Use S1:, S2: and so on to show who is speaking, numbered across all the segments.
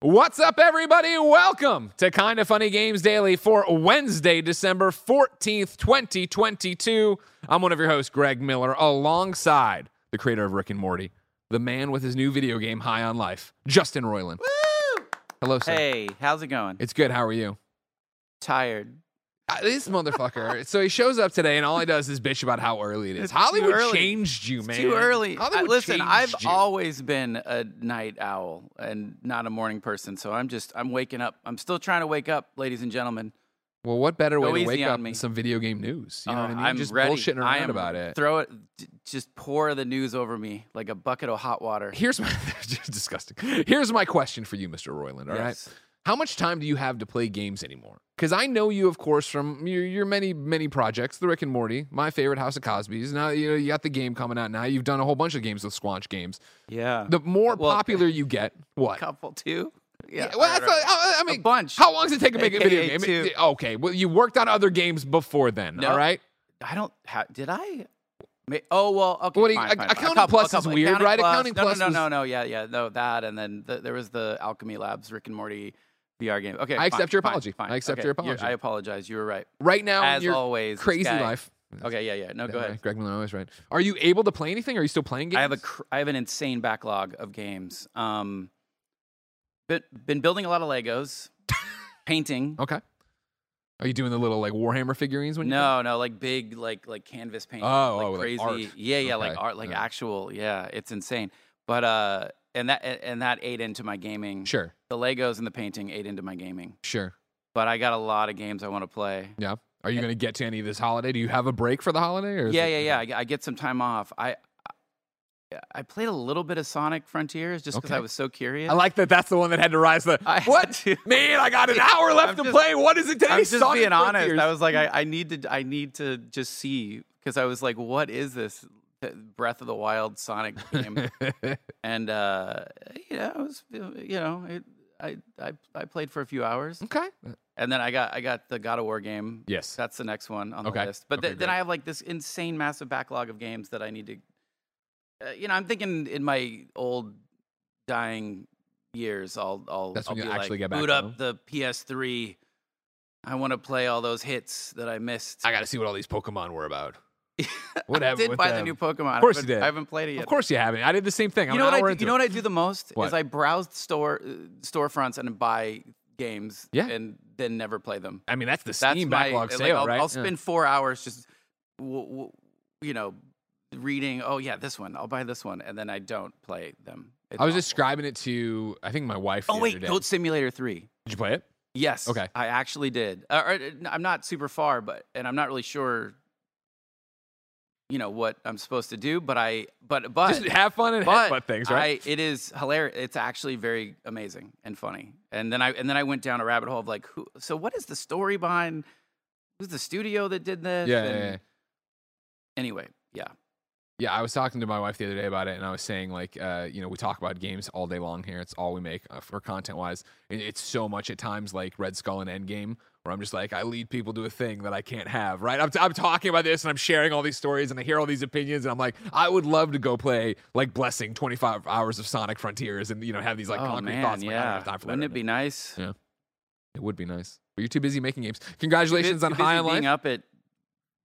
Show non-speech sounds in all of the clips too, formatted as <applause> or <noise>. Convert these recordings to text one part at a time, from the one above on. S1: What's up, everybody? Welcome to Kind of Funny Games Daily for Wednesday, December 14th, 2022. I'm one of your hosts, Greg Miller, alongside the creator of Rick and Morty, the man with his new video game, High on Life, Justin Roiland. Hello, sir.
S2: Hey, how's it going?
S1: It's good. How are you?
S2: Tired.
S1: Uh, This
S2: <laughs>
S1: motherfucker. so he shows up today, and all he does is bitch about how early it is.
S2: It's too
S1: Hollywood
S2: early.
S1: changed you, man.
S2: It's too early. I-
S1: Hollywood
S2: listen,
S1: changed
S2: I've
S1: you.
S2: always been a night owl and not a morning person, so I'm just I'm waking up. I'm still trying to wake up, ladies and gentlemen.
S1: Well, what better
S2: Go
S1: way to
S2: easy
S1: wake
S2: on
S1: up
S2: me.
S1: than some video game news? You know
S2: Uh,
S1: what I mean?
S2: I'm
S1: Just
S2: ready.
S1: bullshitting
S2: I
S1: around
S2: am-
S1: about it.
S2: Throw it. d- Just pour the news over me like a bucket of hot water.
S1: Here's my <laughs> just disgusting. Here's my question for you, Mr. Royland. All right,
S2: Yes.
S1: how much time do you have to play games anymore? Because I know you, of course, from your, your many many projects, The Rick and Morty, my favorite House of Cosby's. Now you know you got the game coming out. Now you've done a whole bunch of games with Squanch Games.
S2: Yeah.
S1: The more
S2: Well,
S1: popular you get, what?
S2: couple too. Yeah.
S1: well,
S2: right,
S1: that's
S2: right.
S1: a- I- I mean,
S2: bunch.
S1: How long does it take to make a video
S2: AKA
S1: game?
S2: two.
S1: It- Okay, well, you worked on other games before then.
S2: No.
S1: All right.
S2: I don't. Ha- did I? ma- Oh well. Okay.
S1: What do you-
S2: fine,
S1: ac-
S2: fine, fine. A
S1: Accounting
S2: couple- a
S1: Plus is
S2: couple.
S1: weird, right? Accounting
S2: no,
S1: Plus
S2: No,
S1: was-
S2: no, no, no. Yeah, yeah. No, that, and then the, there was the Alchemy Labs Rick and Morty VR game. Okay.
S1: I accept
S2: fine,
S1: your
S2: fine,
S1: apology.
S2: fine.
S1: I accept
S2: Okay,
S1: your
S2: you're-
S1: apology.
S2: I apologize. You were right.
S1: Right now,
S2: As
S1: you're
S2: always, this
S1: crazy
S2: guy-
S1: life.
S2: Okay. Yeah. Yeah. No.
S1: Yeah,
S2: Go ahead.
S1: right. Greg Milano is right. Are you able to play anything? Are you still playing games?
S2: I have a cr- I have an insane backlog of games. Um, but been building a lot of Legos, painting.
S1: Okay. Are you doing the little like Warhammer figurines when you
S2: No, no, like big, like like canvas painting.
S1: Oh,
S2: like
S1: oh, like
S2: crazy.
S1: art.
S2: Yeah, yeah, like
S1: Okay,
S2: art, like
S1: yeah.
S2: actual. Yeah, it's insane. But uh, and that and and that ate into my gaming.
S1: Sure,
S2: The Legos and the painting ate into my gaming.
S1: sure.
S2: But I got a lot of games I want to play.
S1: Yeah. Are you going to get to any of this holiday? Do you have a break for the holiday? Or is
S2: Yeah,
S1: it-
S2: yeah,
S1: okay.
S2: yeah. I, I get some time off. I I- I played a little bit of Sonic Frontiers just because I
S1: Okay.
S2: was so curious.
S1: I like that. That's the one that had to rise. The
S2: <laughs> I had
S1: what
S2: to-
S1: man? I
S2: <laughs>
S1: got an hour left
S2: I'm
S1: to
S2: just-
S1: play. What does it take?
S2: I'm just
S1: Sonic
S2: being honest.
S1: Frontiers.
S2: I was like, I, I need to, I need to just see because I was like, what is this th- Breath of the Wild Sonic
S1: <laughs>
S2: game? and uh, yeah, I was, you know, it, I, I, I played for a few hours,
S1: okay.
S2: and then I got, I got the God of War game.
S1: Yes.
S2: That's the next one on
S1: Okay.
S2: the list. But
S1: Okay,
S2: th- then
S1: great.
S2: I have like this insane, massive backlog of games that I need to. Uh, you know, I'm thinking in my old dying years, I'll I'll,
S1: That's
S2: I'll
S1: when
S2: be
S1: you'll actually
S2: like,
S1: get back
S2: boot
S1: to
S2: up the PS3. I want to play all those hits that I missed.
S1: I got to see what all these Pokemon were about.
S2: <laughs> I
S1: What happened
S2: did
S1: with
S2: buy the
S1: them?
S2: new Pokemon. I
S1: course you
S2: haven't-
S1: did.
S2: I haven't played it yet.
S1: Of course you haven't. I did the same thing. I'm
S2: You know
S1: an
S2: what
S1: hour
S2: I do,
S1: into
S2: you know what I do the most
S1: What?
S2: is I browse store uh, storefronts and buy games
S1: Yeah.
S2: and then never play them.
S1: it. I mean, that's the
S2: That's
S1: Steam
S2: my,
S1: backlog
S2: like,
S1: sale,
S2: I'll,
S1: right?
S2: I'll
S1: Yeah.
S2: spend four hours just, w- w- you know, reading. Oh yeah, this one. I'll buy this one, and then I don't play them. It's
S1: I was
S2: awful.
S1: describing it to I think my wife.
S2: Oh
S1: the
S2: wait,
S1: other day.
S2: Goat Simulator Three.
S1: did you play it?
S2: Yes.
S1: Okay.
S2: I actually did. Uh, or, uh, n- I'm not super far, but and I'm not really sure. You know what I'm supposed to do, but I but but
S1: Just have fun and
S2: but
S1: headbutt things, right?
S2: I, it is hilarious. It's actually very amazing and funny. And then I and then I went down a rabbit hole of like, who, so what is the story behind? Who's the studio that did this?
S1: yeah, yeah,
S2: And
S1: yeah.
S2: Anyway, yeah.
S1: Yeah, I was talking to my wife the other day about it, and I was saying like, uh, you know, we talk about games all day long here. It's all we make uh, for content wise. It's so much at times, like Red Skull and Endgame, where I'm just like, I lead people to a thing that I can't have. Right? I'm, t- I'm talking about this, and I'm sharing all these stories, and I hear all these opinions, and I'm like, I would love to go play like Blessing 25 hours of Sonic Frontiers, and you know, have these like
S2: oh
S1: concrete
S2: man,
S1: thoughts. I'm like, I don't
S2: yeah.
S1: have time for that
S2: Wouldn't
S1: right
S2: it be nice?
S1: Yeah. now. It would be nice, but you're too busy making games. Congratulations
S2: Too
S1: on
S2: busy
S1: High on Life.
S2: being up at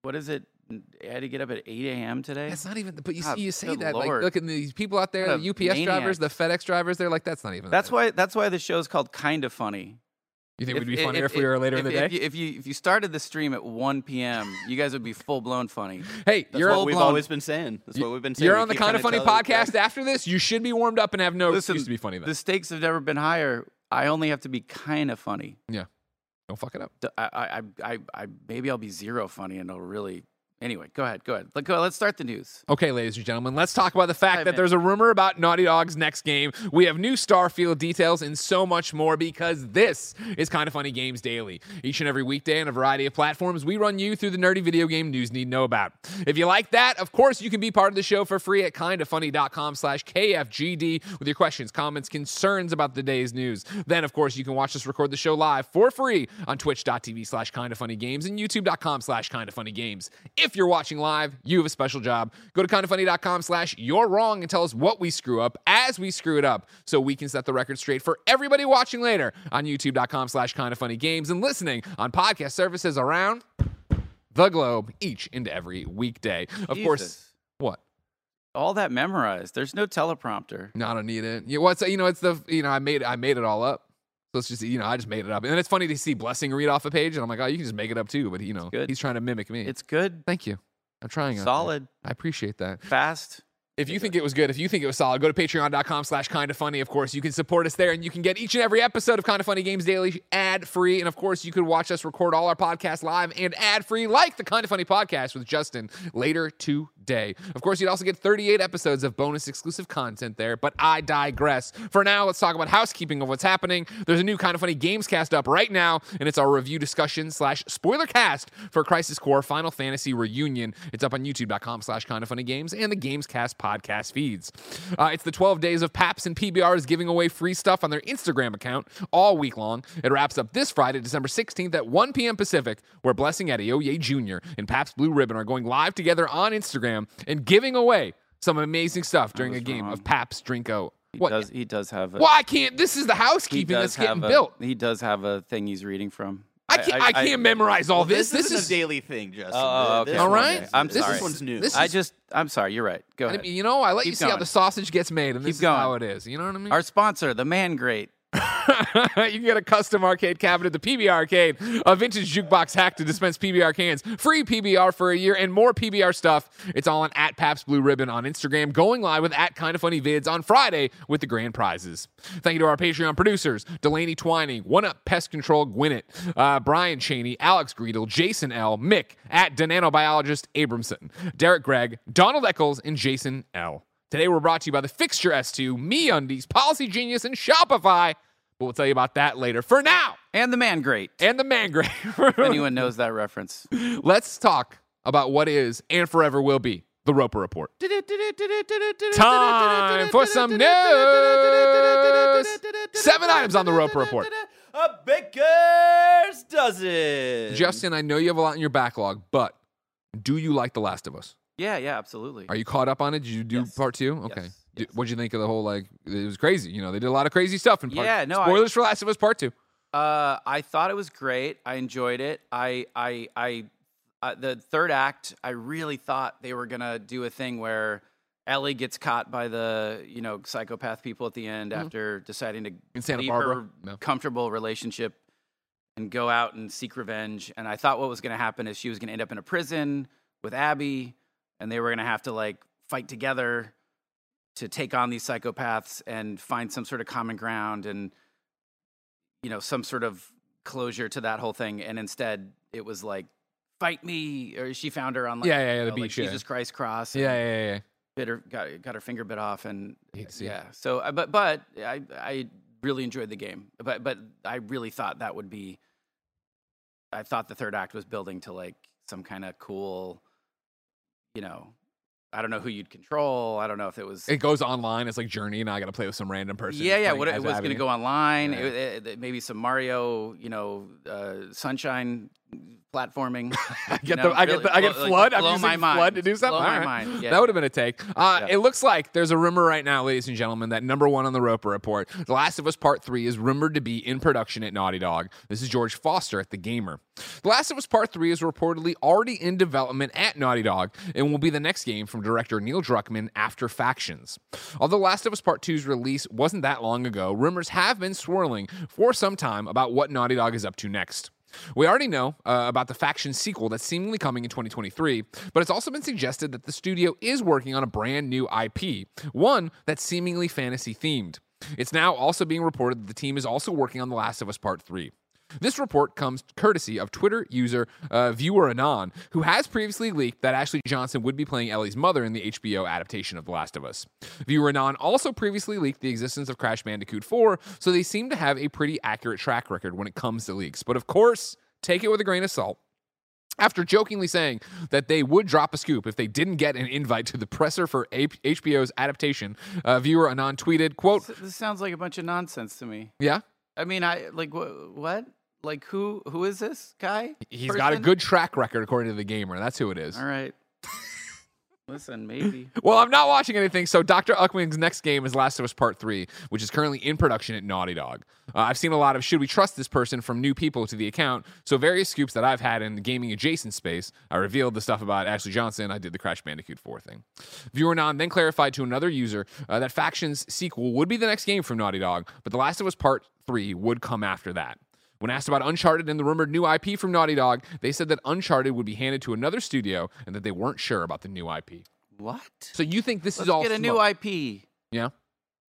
S2: what is it? I had to get up at 8 a.m. today.
S1: That's not even. But you
S2: God,
S1: see, you say
S2: good
S1: that
S2: Lord.
S1: like, look at these people out there,
S2: What
S1: the
S2: a
S1: UPS drivers, the FedX drivers. They're like, that's not even.
S2: That's why. That's why the show's called Kind of Funny.
S1: You think it would be funnier if, we were later in the
S2: if-
S1: day?
S2: If you, if you if you started the stream at 1 p.m., you guys would be full blown funny.
S1: hey,
S3: That's
S1: you're
S3: what we've
S1: blown.
S3: always been saying. That's what we've been saying.
S1: You're
S3: We
S1: on the
S3: keep
S1: kind of
S3: trying
S1: funny
S3: to tell you
S1: podcast. After this, you should be warmed up and have no
S2: Listen,
S1: excuse to be funny. Then.
S2: The stakes have never been higher. I only have to be kind of funny.
S1: yeah, Don't fuck it up.
S2: D- I, I, I, I, maybe I'll be zero funny and it'll really. Anyway, go ahead, go ahead. Let go. Let's start the news.
S1: Okay, ladies and gentlemen, let's talk about the fact
S2: Dive
S1: that
S2: in.
S1: there's a rumor about Naughty Dog's next game. We have new Starfield details and so much more because this is Kind of Funny Games Daily. Each and every weekday on a variety of platforms, we run you through the nerdy video game news you need to know about. If you like that, of course, you can be part of the show for free at kindoffunny.com slash KFGD with your questions, comments, concerns about the day's news. Then, of course, you can watch us record the show live for free on twitch.tv slash kindoffunnygames and youtube.com slash kindoffunnygames. If you're watching live, you have a special job. Go to kindoffunny.com slash you're wrong and tell us what we screw up as we screw it up so we can set the record straight for everybody watching later on youtube.com slash kindoffunnygames and listening on podcast services around the globe each and every weekday. Of course,
S2: Jesus.
S1: what?
S2: all that memorized. There's no teleprompter.
S1: No, I don't need it. You know, what's you know, it's the you know, I made I made it all up. So it's just you know, I just made it up. And then it's funny to see Blessing read off a page, and I'm like, oh, you can just make it up too. But you know,
S2: good.
S1: he's trying to mimic me.
S2: It's good,
S1: Thank you. I'm trying. out there.
S2: solid,
S1: I appreciate that.
S2: fast.
S1: If you think it was good, if you think it was solid, go to patreon.com slash kind of funny. Of course, you can support us there and you can get each and every episode of Kind of Funny Games Daily ad free. And of course, you could watch us record all our podcasts live and ad free, like the Kind of Funny podcast with Justin later today. Of course, you'd also get 38 episodes of bonus exclusive content there, but I digress. For now, let's talk about housekeeping of what's happening. There's a new Kind of Funny Games cast up right now, and it's our review discussion slash spoiler cast for Crisis Core Final Fantasy Reunion. It's up on youtube.com slash kind of funny games and the Gamescast podcast feeds. Uh, it's the 12 days of PAPS and PBRs giving away free stuff on their Instagram account all week long. It wraps up this Friday, December 16th at 1 p.m. Pacific, where Blessing Eddie Oye Jr. and PAPS Blue Ribbon are going live together on Instagram and giving away some amazing stuff during a
S2: was
S1: game
S2: wrong.
S1: of PAPS Drinko.
S2: He
S1: What?
S2: does. He does have. A,
S1: Well, I can't. This is the
S2: he
S1: housekeeping that's
S2: does have
S1: getting
S2: a,
S1: built.
S2: He does have a thing he's reading from.
S1: I can't, I, can't memorize all
S3: Well,
S1: this. This,
S3: isn't
S1: is
S3: a daily thing, Justin.
S2: Oh,
S3: This
S2: okay.
S3: one
S1: All right.
S3: is-
S2: I'm
S3: this
S2: sorry.
S3: one's new.
S1: This
S2: I
S1: is-
S2: just. I'm sorry. You're right. Go
S1: I
S2: ahead.
S1: mean, you know, I let you
S2: Keep
S1: see how
S2: going.
S1: the sausage gets made, and this
S2: Keep
S1: is how it
S2: going.
S1: is. You know what I mean?
S2: Our sponsor, the man great.
S1: <laughs> you can get a custom arcade cabinet, the PB Arcade, a vintage jukebox hack to dispense PBR cans, free PBR for a year, and more PBR stuff. It's all on at Paps Blue Ribbon on Instagram, going live with at Kind of Funny Vids on Friday with the grand prizes. Thank you to our Patreon producers Delaney Twining, One Up Pest Control Gwinnett, uh, Brian Cheney, Alex Greedle, Jason L., Mick, at Denanobiologist Abramson, Derek Gregg, Donald Eccles, and Jason L. Today we're brought to you by the Fixture S2, Me Undies, Policy Genius, and Shopify. But we'll tell you about that later. For now,
S2: And the man great.
S1: and the <laughs> mangrove.
S2: Anyone knows that reference?
S1: Let's talk about what is and forever will be the Roper Report. Time for some news. Seven items on the Roper Report.
S3: A baker's dozen.
S1: Justin, I know you have a lot in your backlog, but do you like The Last of Us?
S2: Yeah, yeah, absolutely.
S1: Are you caught up on it? Did you do
S3: Yes.
S1: part two? Okay.
S3: Yes.
S1: D-
S3: Yes.
S1: What'd you think of the whole like? It was crazy. You know, they did a lot of crazy stuff in part.
S2: Yeah, no, I-
S1: spoilers for Last of Us Part Two.
S2: Uh, I thought it was great. I enjoyed it. I, I, I, uh, the third act, I really thought they were gonna do a thing where Ellie gets caught by the you know psychopath people at the end after deciding to
S1: In Santa
S2: leave
S1: Barbara.
S2: her <laughs>
S1: No.
S2: comfortable relationship and go out and seek revenge. And I thought what was gonna happen is she was gonna end up in a prison with Abby, and they were gonna have to like fight together to take on these psychopaths and find some sort of common ground and you know some sort of closure to that whole thing and instead it was like fight me or she found her on like,
S1: Yeah, yeah, yeah,
S2: you
S1: the
S2: know, like,
S1: beach, yeah.
S2: jesus christ cross
S1: Yeah,
S2: and
S1: yeah, yeah. yeah.
S2: bit her, got, got her finger bit off and
S1: Hate to see it.
S2: yeah so I- but but i i really enjoyed the game but but i really thought that would be i thought the third act was building to like some kind of cool you know i don't know who you'd control i don't know if it was
S1: It goes online. It's like Journey, and I got to play with some random person.
S2: yeah, yeah.
S1: playing
S2: What it
S1: as
S2: was going
S1: Abby.
S2: to go online.
S1: Yeah.
S2: It, it- it- maybe some Mario, you know, uh, sunshine platforming.
S1: <laughs> I
S2: <laughs> you
S1: get
S2: know,
S1: the I get
S2: really
S1: the, I get
S2: blow- like,
S1: flood.
S2: blow
S1: I'm using
S2: my mind.
S1: flood to do something.
S2: Blow
S1: All
S2: my
S1: right.
S2: mind. Yeah,
S1: that would have been a take. Uh,
S2: Yeah.
S1: It looks like there's a rumor right now, ladies and gentlemen, that number one on the Roper report, The Last of Us Part 3 is rumored to be in production at Naughty Dog. This is George Foster at The Gamer. The Last of Us Part 3 is reportedly already in development at Naughty Dog and will be the next game from director Neil Druckmann after Factions. Although Last of Us Part 2's release wasn't that long ago, rumors have been swirling for some time about what Naughty Dog is up to next. We already know uh, about the Faction sequel that's seemingly coming in 2023, but it's also been suggested that the studio is working on a brand new IP, one that's seemingly fantasy themed. It's now also being reported that the team is also working on The Last of Us Part 3. This report comes courtesy of Twitter user uh, viewer Anon, who has previously leaked that Ashley Johnson would be playing Ellie's mother in the HBO adaptation of The Last of Us. Viewer Anon also previously leaked the existence of Crash Bandicoot 4, so they seem to have a pretty accurate track record when it comes to leaks. But of course, take it with a grain of salt. After jokingly saying that they would drop a scoop if they didn't get an invite to the presser for A- HBO's adaptation, uh, viewer Anon tweeted, "Quote,
S2: This, this sounds like a bunch of nonsense to me.
S1: yeah,
S2: I mean, I like wh- what? Like who? Who is this guy?
S1: he's got a
S2: Person?
S1: good track record according to the gamer. That's who it is." <laughs>
S2: All right. Listen, maybe.
S1: Well, I'm not watching anything, so Dr. Uckwing's next game is Last of Us Part 3, which is currently in production at Naughty Dog. Uh, I've seen a lot of should we trust this person from new people to the account, so various scoops that I've had in the gaming adjacent space. I revealed the stuff about Ashley Johnson, I did the Crash Bandicoot 4 thing. Viewer Non then clarified to another user uh, that Faction's sequel would be the next game from Naughty Dog, but The Last of Us Part 3 would come after that. When asked about Uncharted and the rumored new IP from Naughty Dog, they said that Uncharted would be handed to another studio and that they weren't sure about the new IP.
S2: What?
S1: So you think this
S2: Let's
S1: is all
S2: get a new
S1: smoke?
S2: IP.
S1: Yeah.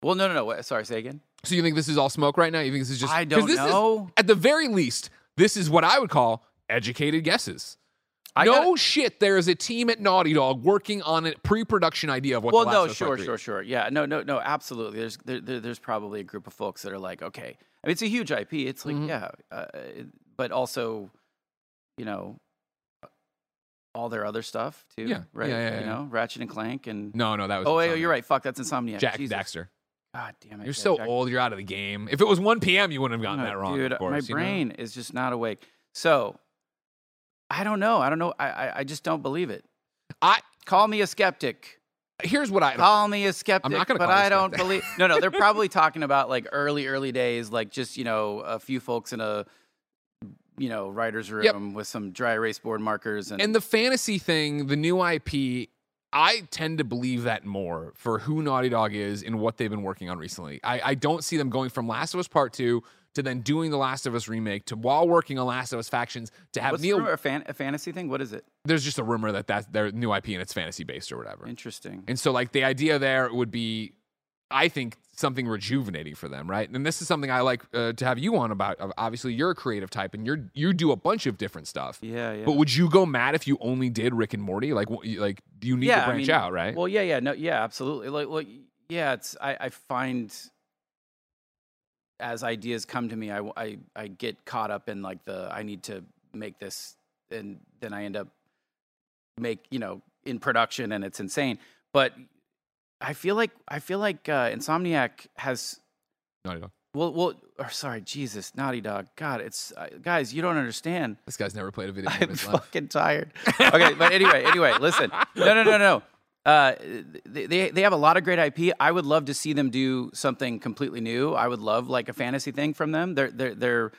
S2: Well, no, no, no. Wait, sorry, say again.
S1: So you think this is all smoke right now? You think this is just
S2: I
S1: 'cause
S2: don't
S1: this is-
S2: know.
S1: at the very least, this is what I would call educated guesses.
S2: I
S1: no
S2: gotta-
S1: shit, there is a team at Naughty Dog working on a pre-production idea of what.
S2: well,
S1: the Last
S2: no,
S1: of Us Part
S2: sure,
S1: Three
S2: sure,
S1: is.
S2: sure. Yeah, no, no, no. Absolutely. There's there, there, there's probably a group of folks that are like, okay, I mean, it's a huge IP. It's like,
S1: Mhm.
S2: yeah, uh, it- but also, you know, all their other stuff too.
S1: Yeah,
S2: Right.
S1: yeah, yeah,
S2: You
S1: yeah.
S2: know, Ratchet and Clank and.
S1: No, no, that was.
S2: oh wait, oh,
S1: Insomniac.
S2: you're right. Fuck, that's Insomniac.
S1: Jack
S2: Jesus.
S1: Daxter.
S2: God damn it.
S1: You're
S2: yeah,
S1: so
S2: Jack-
S1: old. You're out of the game. If it was 1 p.m., you wouldn't have gotten
S2: No,
S1: that wrong.
S2: Dude,
S1: of course,
S2: my
S1: you know?
S2: brain is just not awake. So I don't know. I don't know. I, I, I just don't believe it.
S1: I
S2: Call me a skeptic.
S1: here's what I.
S2: Call me a skeptic.
S1: gonna
S2: but
S1: call you a
S2: I don't
S1: skeptic.
S2: believe. No, no, they're probably talking about like early, early days, like just you know a few folks in a you know writer's room
S1: Yep.
S2: with some dry erase board markers and,
S1: And the fantasy thing, the new IP, I tend to believe that more for who Naughty Dog is and what they've been working on recently. I, I don't see them going from Last of Us Part Two to then doing the Last of Us remake to while working on Last of Us Factions to have
S2: what's the
S1: Neil.
S2: rumor? a, fan, a fantasy thing? What is it?
S1: There's just a rumor that that's their new IP and it's fantasy based or whatever.
S2: Interesting.
S1: And so, like, the idea there would be, I think, something rejuvenating for them, right? And this is something I like uh, to have you on about. Obviously, you're a creative type and you're you do a bunch of different stuff.
S2: Yeah, yeah.
S1: But would you go mad if you only did Rick and Morty? Like, wh- you- like you need
S2: Yeah,
S1: to
S2: I
S1: branch
S2: mean,
S1: out, right?
S2: Well, yeah, yeah, no, yeah, absolutely. Like, like yeah, it's I, I find as ideas come to me, I, I I get caught up in like the I need to make this, and then I end up make you know in production, and it's insane. But I feel like I feel like uh, Insomniac has
S1: Naughty Dog.
S2: well, well, or sorry, Jesus, Naughty Dog, God, it's uh, guys, you don't understand.
S1: This guy's never played a
S2: <laughs>
S1: video game in
S2: I'm
S1: his life.
S2: fucking tired. Okay, but anyway, anyway, listen. No, no, no, no. Uh, they, they they have a lot of great IP. I would love to see them do something completely new. I would love like a fantasy thing from them. They're they're they're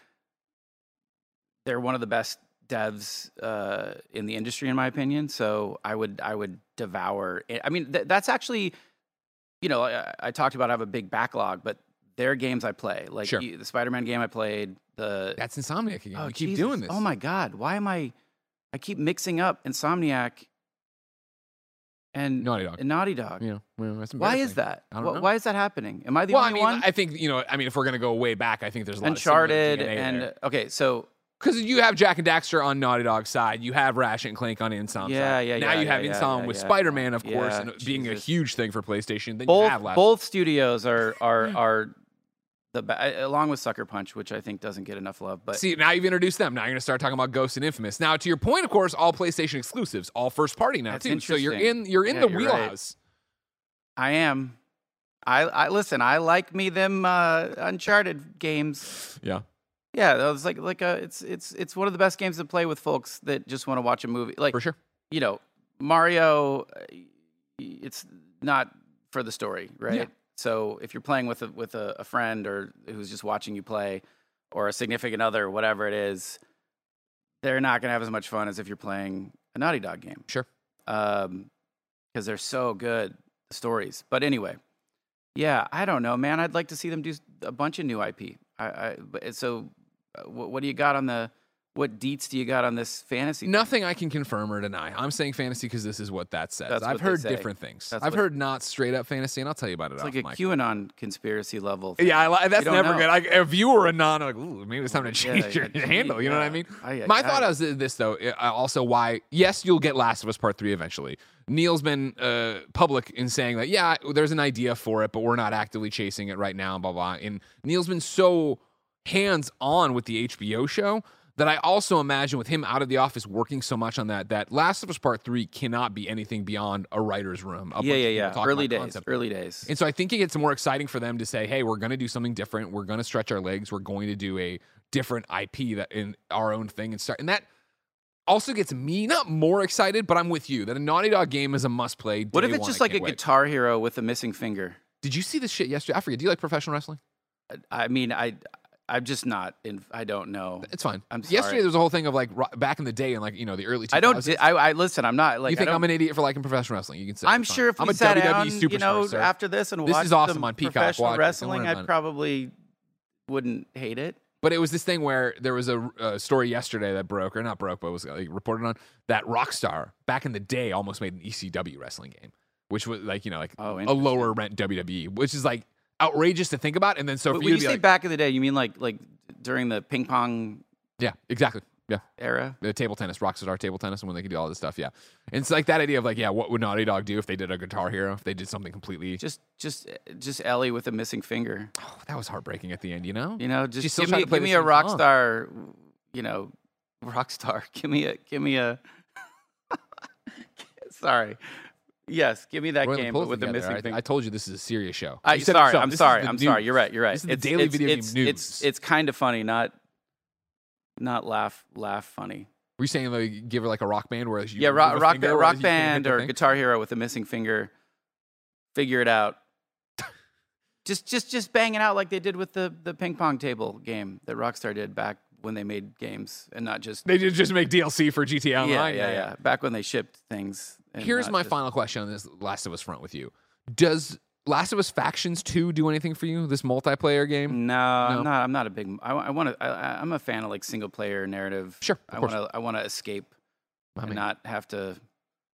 S2: they're one of the best devs uh, in the industry, in my opinion. So I would I would devour. It. I mean, th- that's actually, you know, I, I talked about I have a big backlog, but their games I play, like
S1: Sure.
S2: you- the Spider Man game I played, the
S1: <laughs> That's Insomniac again.
S2: Oh,
S1: you keep
S2: Jesus.
S1: doing this.
S2: Oh my God, why am I? I keep mixing up Insomniac and
S1: Naughty Dog.
S2: and Naughty Dog.
S1: Yeah, well, that's
S2: why is
S1: embarrassing.
S2: that?
S1: I don't
S2: Wh-
S1: know.
S2: Why is that happening? Am I the
S1: well, I
S2: only
S1: mean,
S2: one?
S1: I think you know. I mean, if we're gonna go way back, I think there's a lot
S2: Uncharted
S1: of
S2: and okay, so
S1: because you have Jack and Daxter on Naughty Dog's side, you have Ratchet and Clank on Insom's
S2: Yeah,
S1: side.
S2: yeah,
S1: Now
S2: yeah,
S1: you
S2: yeah,
S1: have
S2: yeah,
S1: Insom
S2: yeah,
S1: with
S2: yeah.
S1: Spider-Man, of course,
S2: Yeah,
S1: and it being a
S2: Jesus.
S1: huge thing for PlayStation. Then you
S2: both
S1: have Last.
S2: both studios are are are the ba- along with Sucker Punch, which I think doesn't get enough love. But
S1: See, now you've introduced them. Now you're going to start talking about Ghost and Infamous. Now, to your point, of course, all PlayStation exclusives, all first party now
S2: That's
S1: too. So you're in
S2: interesting.
S1: you're in
S2: Yeah,
S1: the
S2: you're right.
S1: wheelhouse.
S2: I am. I, I listen. I like me them uh, Uncharted games.
S1: Yeah.
S2: Yeah, that was like like a, it's it's it's one of the best games to play with folks that just want to watch a movie. Like
S1: For sure.
S2: you know, Mario, uh, it's not for the story, right?
S1: Yeah.
S2: So if you're playing with a, with a, a friend or who's just watching you play, or a significant other, whatever it is, they're not going to have as much fun as if you're playing a Naughty Dog game.
S1: Sure.
S2: because they're so good the stories. But anyway, yeah, I don't know, man. I'd like to see them do s- a bunch of new IP. I, I but- so, uh, what, what do you got on the What deets do you got on this fantasy?
S1: Nothing I can confirm or deny. I'm saying fantasy because this is what that says.
S2: That's
S1: I've
S2: what they
S1: heard
S2: say.
S1: different things.
S2: That's
S1: I've
S2: what-
S1: heard not straight up fantasy, and I'll tell you about it.
S2: It's
S1: off
S2: like a
S1: mic.
S2: QAnon conspiracy level.
S1: Yeah, I li- that's
S2: don't
S1: never
S2: know.
S1: good. Like if you were a non, like ooh, maybe it's time to
S2: Yeah,
S1: change your
S2: yeah,
S1: handle. You know what I
S2: yeah.
S1: mean?
S2: Aye, aye,
S1: My
S2: aye.
S1: thought is this though. I- I Also, why? Yes, you'll get Last of Us Part Three eventually. Neil's been uh, public in saying that. Yeah, there's an idea for it, but we're not actively chasing it right now. Blah blah. And Neil's been so hands on with the HBO show that I also imagine with him out of the office working so much on that that Last of Us Part Three cannot be anything beyond a writer's room. a bunch
S2: yeah,
S1: of
S2: yeah,
S1: people
S2: yeah.
S1: talking
S2: Early
S1: about
S2: days.
S1: concept.
S2: Early days.
S1: And so I think it gets more exciting for them to say, "Hey, we're going to do something different. We're going to stretch our legs. We're going to do a different IP that in our own thing and start." And that also gets me not more excited, but I'm with you that a Naughty Dog game is a must play.
S2: what if it's just like a Guitar Hero with a missing finger?
S1: Did you see this shit yesterday? I forget. Do you like professional wrestling?
S2: I mean, I, I'm just not. In, I don't know.
S1: It's fine.
S2: I'm
S1: Yesterday
S2: sorry.
S1: there was a whole thing of like ro- back in the day and like you know the early. 2000s.
S2: I don't. Di- I, I listen. I'm not like.
S1: you think
S2: I
S1: I'm
S2: don't,
S1: an idiot for liking professional wrestling? You can say
S2: I'm
S1: it's fine.
S2: sure if we
S1: I'm a
S2: sat
S1: WWE
S2: down,
S1: superstar,
S2: you know,
S1: sir.
S2: after this and
S1: This is
S2: watched
S1: awesome
S2: some
S1: on Peacock.
S2: professional
S1: Watch it. Don't
S2: wrestling,
S1: worry
S2: I
S1: about it.
S2: probably wouldn't hate it.
S1: But it was this thing where there was a, a story yesterday that broke, or not broke, but was like, reported on that Rockstar back in the day almost made an ECW wrestling game, which was like you know like
S2: Oh,
S1: a lower rent WWE, which is like outrageous to think about. And then so
S2: But
S1: for
S2: when
S1: you
S2: you
S1: to be
S2: say
S1: like,
S2: back in the day, you mean like like during the ping pong
S1: yeah, exactly, yeah,
S2: era?
S1: the table tennis, Rockstar table tennis, and when they could do all this stuff, yeah. And it's like that idea of like, yeah, what would Naughty Dog do if they did a Guitar Hero? If they did something completely,
S2: Just just just Ellie with a missing finger.
S1: oh, that was heartbreaking at the end, you know?
S2: You know,
S1: She's
S2: just
S1: still
S2: give
S1: trying
S2: me
S1: to play
S2: give
S1: the
S2: me a
S1: same
S2: rock
S1: song.
S2: star, you know, <laughs> rock star. <laughs> Give me a give me a. <laughs> sorry, yes, give me that
S1: We're in the
S2: game
S1: polls
S2: but with a
S1: together.
S2: missing
S1: I-
S2: finger.
S1: I told you this is a serious show.
S2: I,
S1: You said it
S2: sorry,
S1: yourself.
S2: I'm
S1: This is
S2: sorry,
S1: the
S2: I'm
S1: news.
S2: sorry. You're right. You're right.
S1: This is the daily video game
S2: it's,
S1: news.
S2: It's it's kind of funny, not not laugh laugh funny.
S1: Were you saying like give her like a rock band where you
S2: yeah,
S1: move
S2: rock
S1: a
S2: rock,
S1: finger,
S2: rock,
S1: whereas you can't
S2: band
S1: hit the
S2: or
S1: thing?
S2: Guitar Hero with a missing finger. Figure it out. just just just banging out like they did with the the ping pong table game that Rockstar did back when they made games and not just
S1: They did just make DLC for GTA
S2: yeah,
S1: Online.
S2: yeah, yeah. Back when they shipped things. and
S1: Here's
S2: not
S1: my
S2: just-
S1: final question on this Last of Us front with you. Does Last of Us Factions 2 do anything for you? This multiplayer game?
S2: No,
S1: No.
S2: I'm not. I'm not a big. I, want to. I, I'm a fan of like single player narrative.
S1: Sure, of
S2: I
S1: course.
S2: want to. I want to escape
S1: I
S2: and
S1: mean,
S2: not have to.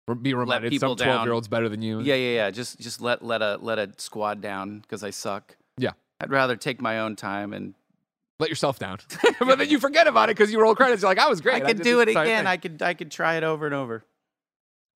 S1: re- be reminded
S2: people
S1: some 12 year
S2: down.
S1: olds better than you.
S2: Yeah, yeah, yeah. Just just let let a let a squad down because I suck.
S1: Yeah.
S2: I'd rather take my own time and
S1: Let yourself <laughs> down. but then you forget about it because you roll credits. You're like, I was great.
S2: I could
S1: did
S2: do
S1: this
S2: it
S1: entire
S2: again.
S1: thing."
S2: I could I could try it over and over.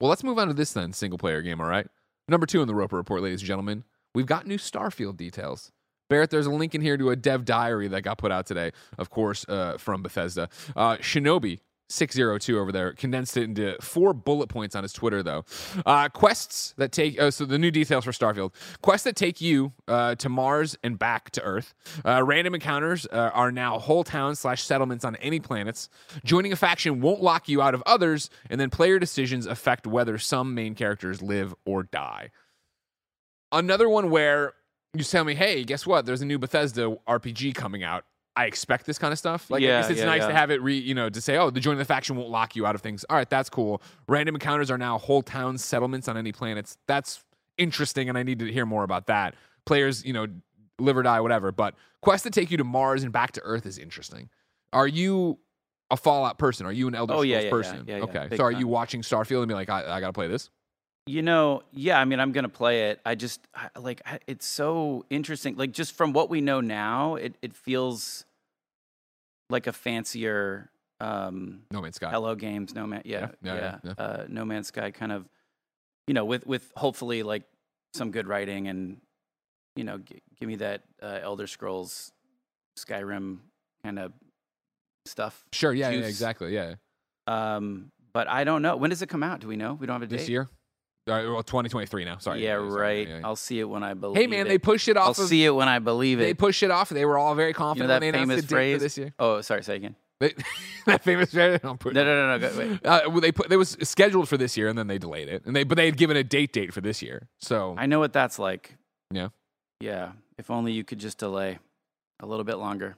S1: Well, let's move on to this then single player game, all right? Number two in the Roper Report, ladies and gentlemen. We've got new Starfield details. Barrett, there's a link in here to a dev diary that got put out today, of course, uh, from Bethesda. Uh, Shinobi. 602 over there condensed it into four bullet points on his Twitter, though. Uh, quests that take, oh, so the new details for Starfield quests that take you uh, to Mars and back to Earth. Uh, random encounters uh, are now whole towns slash settlements on any planets. Joining a faction won't lock you out of others, and then player decisions affect whether some main characters live or die. Another one where you tell me, hey, guess what? There's a new Bethesda RPG coming out. I expect this kind of stuff. Like, I
S2: Yeah,
S1: guess it's
S2: yeah,
S1: nice
S2: yeah.
S1: to have it re, you know, to say, oh, the joining the faction won't lock you out of things. All right, that's cool. Random encounters are now whole towns, settlements on any planets. That's interesting, and I need to hear more about that. Players, you know, live or die, whatever. But quests that take you to Mars and back to Earth is interesting. Are you a Fallout person? Are you an Elder
S2: Oh,
S1: Scrolls
S2: yeah, yeah, yeah,
S1: person?
S2: yeah, yeah,
S1: okay.
S2: big
S1: So are you
S2: time.
S1: watching Starfield and be like, I, I gotta play this?
S2: You know, yeah. I mean, I'm gonna play it. I just I, like I, it's so interesting. Like just from what we know now, it it feels like a fancier um,
S1: No Man's Sky.
S2: Hello Games, No Man, yeah,
S1: Yeah,
S2: yeah,
S1: yeah, yeah,
S2: Uh, No Man's Sky, kind of, you know, with with hopefully like some good writing and you know, g- give me that uh, Elder Scrolls, Skyrim kind of stuff.
S1: Sure. Yeah, yeah.
S2: Juice.
S1: Exactly. Yeah.
S2: Um, but I don't know when does it come out. Do we know? We don't have a date
S1: This year. All right, well, 2023 now. Sorry.
S2: Yeah,
S1: sorry,
S2: right.
S1: yeah, yeah.
S2: I'll see it when I believe.
S1: Hey, man,
S2: it.
S1: they pushed it
S2: I'll
S1: off. Of,
S2: see it when I believe
S1: they
S2: it.
S1: pushed it off. They were all very confident
S2: that
S1: when they announced the date
S2: famous
S1: for
S2: phrase?
S1: this year.
S2: oh, sorry. Say again.
S1: They, <laughs> that famous phrase. <laughs> I'll put-
S2: No, no, no, no.
S1: <laughs>
S2: Go, wait.
S1: Uh, well, they put. It was scheduled for this year, and then they delayed it. And they, but they had given a date date for this year. So
S2: I know what that's like.
S1: Yeah.
S2: Yeah. If only you could just delay a little bit longer.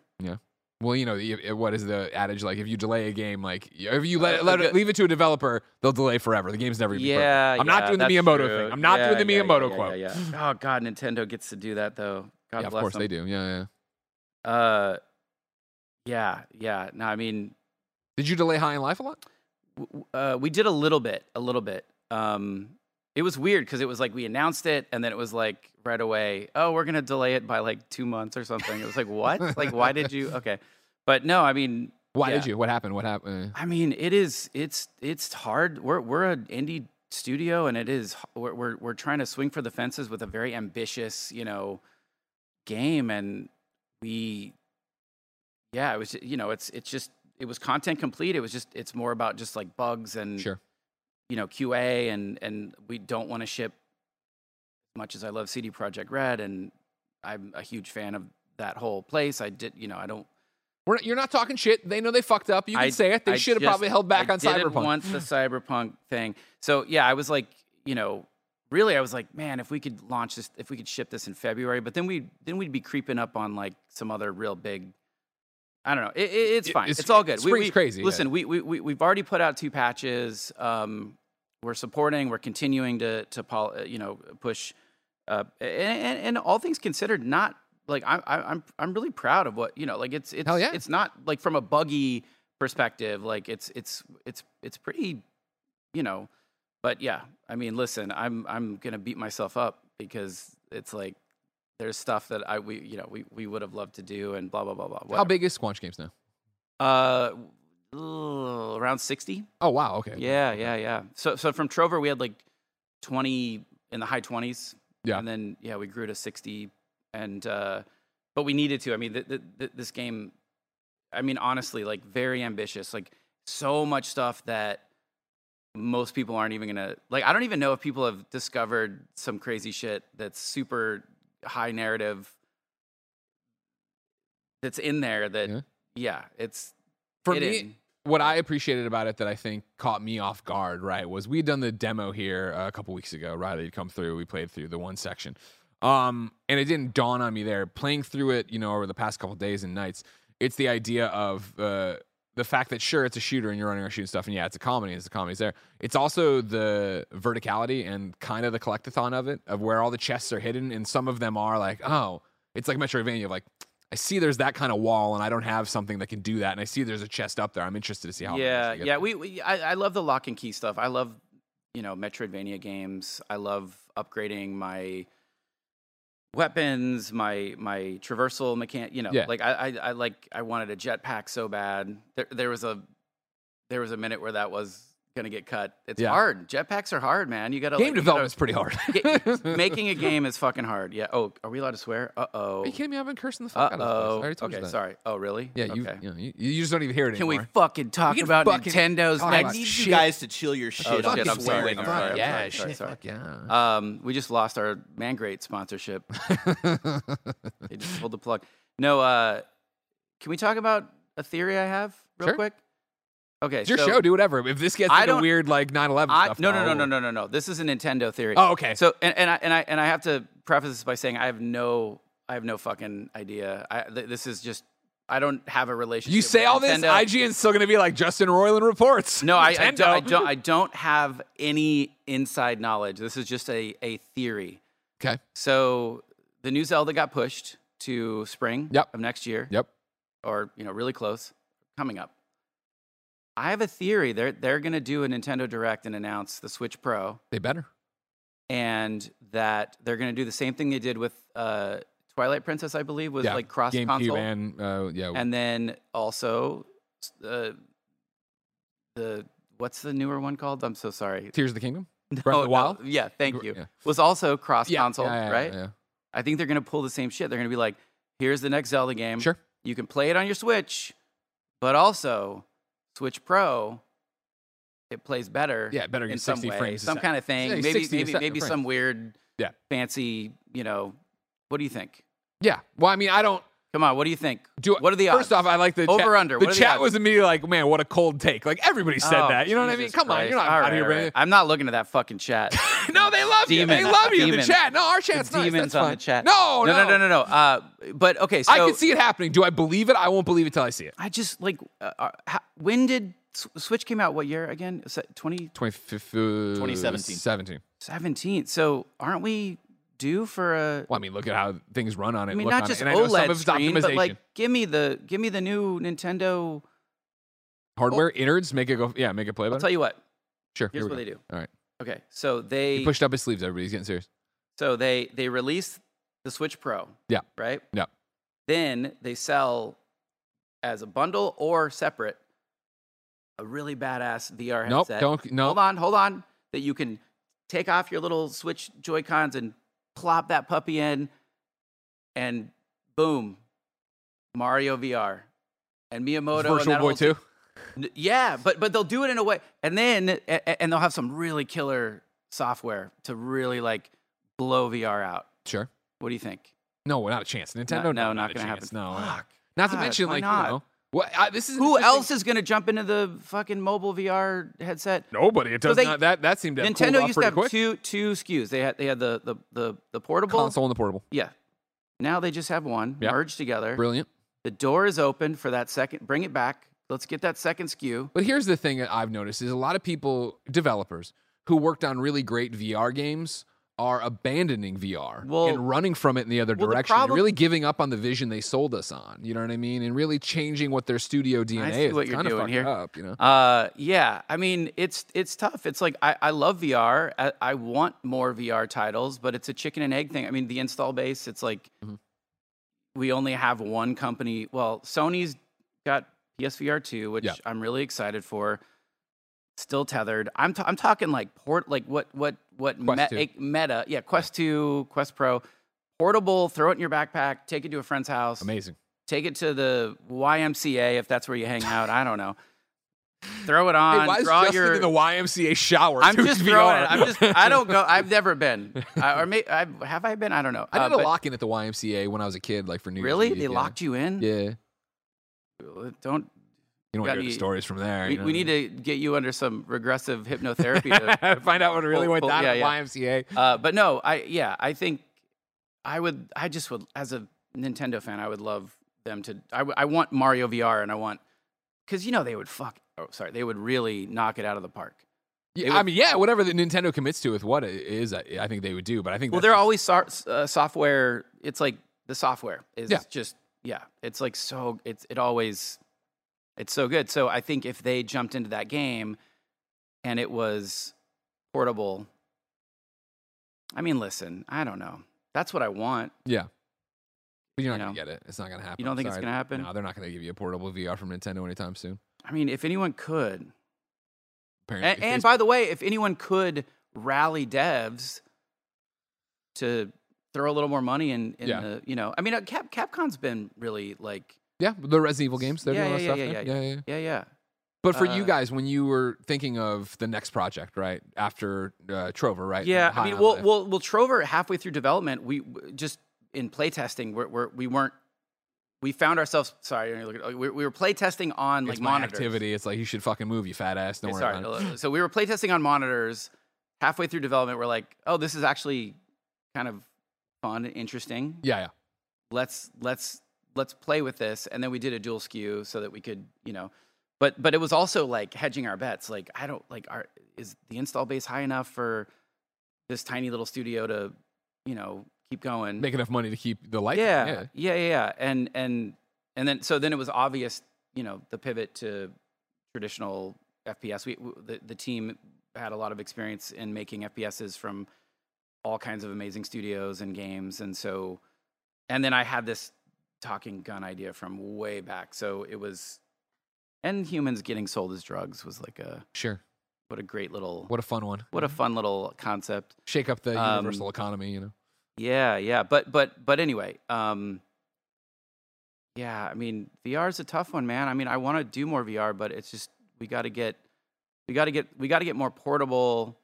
S1: Well, you know, you- uh, what is the adage like? If you delay a game, like y- if you let,
S2: Uh,
S1: let
S2: okay.
S1: it, leave it to a developer, they'll delay forever. The game's never. gonna be perfect.
S2: Yeah,
S1: I'm not
S2: yeah,
S1: doing the
S2: that's
S1: Miyamoto
S2: true.
S1: thing. I'm not
S2: Yeah,
S1: doing the
S2: yeah, yeah,
S1: Miyamoto
S2: yeah,
S1: quote.
S2: yeah,
S1: <laughs>
S2: yeah. Oh God, Nintendo gets to do that though. God
S1: Yeah, of
S2: bless
S1: course
S2: them.
S1: they do. Yeah, yeah.
S2: Uh, yeah, yeah. No, I mean,
S1: Did you delay High in Life a lot?
S2: w- uh, we did a little bit, a little bit. Um, it was weird because it was like we announced it, and then it was like right away, oh, we're gonna delay it by like two months or something. It was like what? like why did you? Okay, but no, I mean,
S1: Why did
S2: Yeah.
S1: you? What happened? What happened? Uh,
S2: I mean, it is, it's, it's hard. We're we're an indie studio, and it is h- we're we're, we're trying to swing for the fences with a very ambitious, you know, game, and we, yeah, it was you know, it's it's just it was content complete. It was just it's more about just like bugs and
S1: Sure.
S2: you know QA and and we don't want to ship as much as I love CD Project Red and I'm a huge fan of that whole place. I did you know I don't
S1: We're, you're not talking shit. They know they fucked up. You can
S2: I-
S1: say it. They
S2: I
S1: should have
S2: just-
S1: probably held back
S2: I
S1: on
S2: didn't
S1: Cyberpunk.
S2: want the cyberpunk thing. So yeah, I was like you know really I was like man if we could launch this if we could ship this in February, but then we then we'd be creeping up on like some other real big. I don't know. It, it, it's
S1: It-
S2: fine.
S1: it's-
S2: It's, all good.
S1: spring's crazy, yeah.
S2: Listen, we, we we we've already put out two patches. Um, we're supporting. We're continuing to to pol- uh, you know push uh, and, and, and all things considered, not like I, I, I'm I'm really proud of what you know. Like it's it's
S1: Hell yeah.
S2: it's not like from a buggy perspective. Like it's it's it's it's pretty, you know. But yeah, I mean, listen, I'm I'm gonna beat myself up because it's like there's stuff that I we you know we we would have loved to do and blah blah blah blah.
S1: How
S2: whatever.
S1: big is Squanch Games now?
S2: Uh, ugh, around sixty.
S1: Oh wow. Okay.
S2: Yeah, yeah, yeah. So so from Trover we had like twenty in the high twenties.
S1: Yeah.
S2: And then yeah, we grew to sixty, and uh, but we needed to. I mean, th- th- th- this game, I mean, honestly, like very ambitious. Like so much stuff that most people aren't even gonna like. I don't even know if people have discovered some crazy shit that's super high narrative that's in there. That
S1: Yeah.
S2: yeah, it's
S1: For
S2: it
S1: me,
S2: in.
S1: what I appreciated about it that I think caught me off guard, right, was we had done the demo here uh, a couple weeks ago. Riley had come through. We played through the one section. Um, and it didn't dawn on me there. Playing through it, you know, over the past couple days and nights, it's the idea of uh, the fact that, sure, it's a shooter and you're running around shooting stuff. And yeah, it's a comedy. It's the comedy's there. It's also the verticality and kind of the collectathon of it, of where all the chests are hidden. And some of them are like, oh, it's like Metroidvania, like, I see there's that kind of wall, and I don't have something that can do that. And I see there's a chest up there. I'm interested to see how. I'm gonna
S2: yeah
S1: actually get
S2: yeah
S1: there.
S2: we, we I, I love the lock and key stuff i love you know metroidvania games i love upgrading my weapons my my traversal mechanic you know
S1: Yeah.
S2: like I, I i like i wanted a jetpack so bad there, there was a there was a minute where that was gonna get cut it's
S1: Yeah.
S2: hard jetpacks are hard man you gotta
S1: Game
S2: like, you gotta-
S1: development's pretty
S2: <laughs>
S1: hard. <laughs>
S2: Ga- making a game is fucking hard yeah oh are we allowed to swear
S1: Are
S2: uh-oh
S1: you kidding me? I've been cursing the fuck out of this place. I
S2: uh-oh
S1: already told
S2: okay
S1: you that.
S2: sorry oh really
S1: Yeah, you,
S2: okay.
S1: you, know, you, you just don't even hear it
S2: can we
S1: anymore.
S2: fucking talk
S1: can
S2: about
S1: fucking
S2: nintendo's
S1: talk
S3: I
S2: next
S1: about
S3: need
S1: shit.
S3: you guys to chill your shit.
S2: Oh,
S3: on
S2: shit,
S3: this
S2: I'm sorry,
S3: swearing.
S2: I'm
S3: All right,
S2: sorry,
S1: yeah,
S2: I'm sorry,
S1: shit.
S2: sorry.
S1: Fuck yeah.
S2: Um, we just lost our Mangrate sponsorship. they just pulled the plug. No, uh, can we talk about a theory I have real
S1: Sure.
S2: quick?
S1: <laughs>
S2: Okay,
S1: it's your
S2: so
S1: show. Do whatever. If this gets
S2: I
S1: like a
S2: don't-
S1: weird like 9/11
S2: I,
S1: stuff,
S2: no, no, no,
S1: I'll-
S2: no, no, no, no. This is a Nintendo theory.
S1: Oh, okay.
S2: So and, and I and I and I have to preface this by saying I have no I have no fucking idea. I, th- this is just I don't have a relationship.
S1: you say
S2: with
S1: all this,
S2: Nintendo.
S1: IGN's still gonna be like Justin Roiland reports.
S2: <laughs> No, I, I,
S1: Nintendo.
S2: don't, I don't. I don't have any inside knowledge. This is just a a theory.
S1: Okay.
S2: So the new Zelda got pushed to spring
S1: Yep.
S2: of next year,
S1: Yep.
S2: or you know, really close, coming up. I have a theory. They're they're going to do a Nintendo Direct and announce the Switch Pro,
S1: They better.
S2: and that they're going to do the same thing they did with uh, Twilight Princess, I believe, was
S1: Yeah,
S2: like cross console,
S1: GameCube and uh, yeah.
S2: and then also uh, the what's the newer one called? I'm so sorry. <laughs>
S1: Tears of the Kingdom. Breath of the
S2: Oh,
S1: Wild.
S2: yeah, thank you.
S1: Yeah.
S2: Was also cross
S1: Yeah,
S2: console,
S1: yeah, yeah,
S2: right?
S1: Yeah.
S2: I think they're going to pull the same shit. They're going to be like, here's the next Zelda game.
S1: Sure.
S2: You can play it on your Switch, but also Switch Pro, it plays better.
S1: Yeah, better
S2: in
S1: get
S2: some
S1: 60
S2: way,
S1: frames a
S2: some
S1: sec.
S2: kind of thing.
S1: Yeah,
S2: maybe
S1: 60 a
S2: maybe
S1: second
S2: maybe
S1: frame.
S2: some weird,
S1: Yeah.
S2: fancy. You know, what do you think?
S1: Yeah. Well, I mean, I don't.
S2: Come on, what do you think?
S1: Do
S2: what are the
S1: first off?
S2: odds?
S1: I like the
S2: Over,
S1: chat.
S2: under,
S1: The
S2: what are the
S1: chat
S2: odds?
S1: was immediately like, "Man, what a cold take!" Like everybody said
S2: Oh,
S1: that. You know what I mean?
S2: Jesus
S1: Come on, you're
S2: Christ.
S1: not
S2: All
S1: out
S2: right,
S1: here,
S2: all
S1: bringing
S2: right. I'm not looking at that fucking
S1: <laughs>
S2: chat.
S1: it- No, they love you. They
S2: Demon.
S1: love you. The
S2: Demon.
S1: chat. No, our chat's nice.
S2: Demons
S1: That's
S2: on
S1: fine.
S2: the chat.
S1: No,
S2: no, no, no, no. no. Uh, but okay, so
S1: I can see it happening. Do I believe it? I won't believe it till I see it.
S2: I just like, uh, uh, how, when did S- Switch came out? What year again? Is that 20,
S1: 2017.
S3: 2017.
S1: 17.
S2: 17. So aren't we due for a?
S1: Well, I mean, look at how things run on it.
S2: I mean,
S1: look
S2: not
S1: on
S2: just E
S1: it. And I know some
S2: OLED
S1: of it's
S2: screen, but
S1: optimization.
S2: like, give me the give me the new Nintendo
S1: Hardware innards make it go. Yeah, make it play
S2: I'll
S1: better.
S2: tell you what.
S1: sure.
S2: Here's
S1: here we
S2: what
S1: go.
S2: they do.
S1: All right.
S2: Okay, so they
S1: He pushed up his sleeves. Everybody's getting serious.
S2: so they they release the Switch Pro.
S1: Yeah.
S2: Right.
S1: Yeah.
S2: Then they sell as a bundle or separate a really badass VR
S1: Nope.
S2: headset.
S1: Don't. No.
S2: Hold on, hold on. That you can take off your little Switch Joy Cons and plop that puppy in, and boom, Mario VR, and Miyamoto and
S1: Virtual
S2: that
S1: Boy
S2: whole
S1: too.
S2: N- Yeah, but but they'll do it in a way, and then a- a- and they'll have some really killer software to really like blow VR out.
S1: Sure.
S2: What do you think?
S1: No, not a chance. Nintendo. no,
S2: no, not
S1: not, a
S2: gonna
S1: chance.
S2: happen.
S1: No.
S2: Fuck,
S1: Not to
S2: God,
S1: mention,
S2: why
S1: like
S2: not?
S1: you know, what I, this is.
S2: Who
S1: this thing-
S2: else is gonna jump into the fucking mobile VR headset?
S1: Nobody. It
S2: So
S1: does
S2: they-
S1: not. That that seemed to have cooled
S2: Nintendo
S1: off
S2: used to
S1: pretty
S2: have
S1: quick.
S2: two two SKUs. They had they had the the the, the portable.
S1: console and the portable.
S2: Yeah. Now they just have one
S1: Yeah.
S2: merged together.
S1: Brilliant.
S2: The door is open for that second. Bring it back. Let's get that second SKU.
S1: But here's the thing that I've noticed is a lot of people, developers, who worked on really great VR games are abandoning VR
S2: Well-
S1: and running from it in the other
S2: well, the
S1: direction. They're
S2: problem-
S1: really giving up on the vision they sold us on. You know what I mean? And really changing what their studio DNA
S2: see
S1: is.
S2: what
S1: It's
S2: you're
S1: kinda
S2: doing
S1: fucked
S2: here.
S1: Up, you know?
S2: <laughs> Uh, yeah. I mean, it's it's tough. It's like I, I love VR. I, I want more VR titles, but it's a chicken and egg thing. I mean, the install base. It's like
S1: Mhm.
S2: we only have one company. Well, Sony's got PSVR two, which
S1: Yeah.
S2: I'm really excited for. Still tethered. I'm t- I'm talking like port like what what what
S1: Quest
S2: me- eh, meta yeah Quest two Quest Pro portable. Throw it in your backpack. Take it to a friend's house.
S1: Amazing.
S2: Take it to the YMCA if that's where you hang out. I don't know. Throw it
S1: <laughs>
S2: on.
S1: Hey, why is
S2: draw
S1: Justin
S2: your.
S1: in the YMCA shower?
S2: I'm
S1: doing
S2: just
S1: VR?
S2: throwing it. I'm
S1: <laughs>
S2: just. I don't go. I've never been. I, or may, I, have I been? I don't know.
S1: I
S2: Uh,
S1: did a
S2: but
S1: lock in at the YMCA when I was a kid, like for New Year's
S2: Really?
S1: Eve,
S2: They
S1: yeah.
S2: locked you in?
S1: Yeah. You
S2: Don't.
S1: don't
S2: Got
S1: hear the
S2: any-
S1: stories from there.
S2: We,
S1: you know
S2: we
S1: what I
S2: need to get you under some regressive
S1: <laughs>
S2: hypnotherapy. To,
S1: mean? <laughs> find out what really
S2: Full-
S1: went
S2: full-
S1: down
S2: yeah,
S1: at
S2: yeah.
S1: YMCA.
S2: uh, but no, I yeah, I think I would. I just would, as a Nintendo fan, I would love them to. I, w- I want Mario VR, and I want because you know they would fuck. Oh, sorry, they would really knock it out of the park.
S1: Yeah, I mean, yeah, whatever that Nintendo commits to with what it is, I, I think they would do. But I think
S2: Well,
S1: that's
S2: they're always so- uh, software. It's like the software is
S1: Yeah.
S2: just yeah. It's like so. It's it always. It's so good. So I think if they jumped into that game, and it was portable. I mean, listen. I don't know. That's what I want.
S1: yeah. But you're not
S2: you
S1: gonna
S2: know.
S1: get it. It's not gonna happen.
S2: don't
S1: I'm
S2: think it's
S1: sorry.
S2: gonna happen?
S1: No, they're not gonna give you a portable VR from Nintendo anytime soon.
S2: I mean, if anyone could.
S1: Apparently,
S2: And, and
S1: Facebook-
S2: by the way, if anyone could rally devs to throw a little more money in, in
S1: Yeah.
S2: the, you know, I mean, uh, Cap, Capcom's been really like,
S1: yeah, the Resident Evil games, they're
S2: Yeah,
S1: doing all that
S2: yeah,
S1: stuff.
S2: yeah,
S1: there.
S2: yeah,
S1: yeah, yeah.
S2: yeah, yeah.
S1: But for you
S2: Uh,
S1: guys, when you were thinking of the next project, right after uh, Trover, right?
S2: Yeah,
S1: High
S2: I mean,
S1: on
S2: well,
S1: the-
S2: well, well, Trover halfway through development, we w- just in playtesting, we're, we're we weren't, we found ourselves. Sorry, I didn't look at- oh, we, we were playtesting on like
S1: it's my
S2: monitors.
S1: activity. It's like you should fucking move, you fat ass. Don't
S2: Okay,
S1: worry
S2: sorry.
S1: about it.
S2: uh, So we were playtesting on monitors. Halfway through development, we're like, oh, this is actually kind of fun and interesting.
S1: Yeah, yeah.
S2: Let's let's let's play with this, and then we did a dual skew so that we could, you know. But but it was also like hedging our bets. Like I don't like our is the install base high enough for this tiny little studio to, you know, keep going.
S1: Make enough money to keep the light.
S2: Yeah, yeah, yeah, yeah, And and and then so then it was obvious, you know, the pivot to traditional FPS. We w- the the team had a lot of experience in making FPSs from all kinds of amazing studios and games, and so and then I had this talking gun idea from way back. So it was and humans getting sold as drugs was like a
S1: Sure.
S2: what a great little what,
S1: What a fun one.
S2: a fun little concept.
S1: Shake up the
S2: Um,
S1: universal economy. You know.
S2: Yeah, yeah, but but but anyway, um, yeah, I mean VR is a tough one, man. I mean, I want to do more VR, but it's just we got to get we got to get we got to get more portable,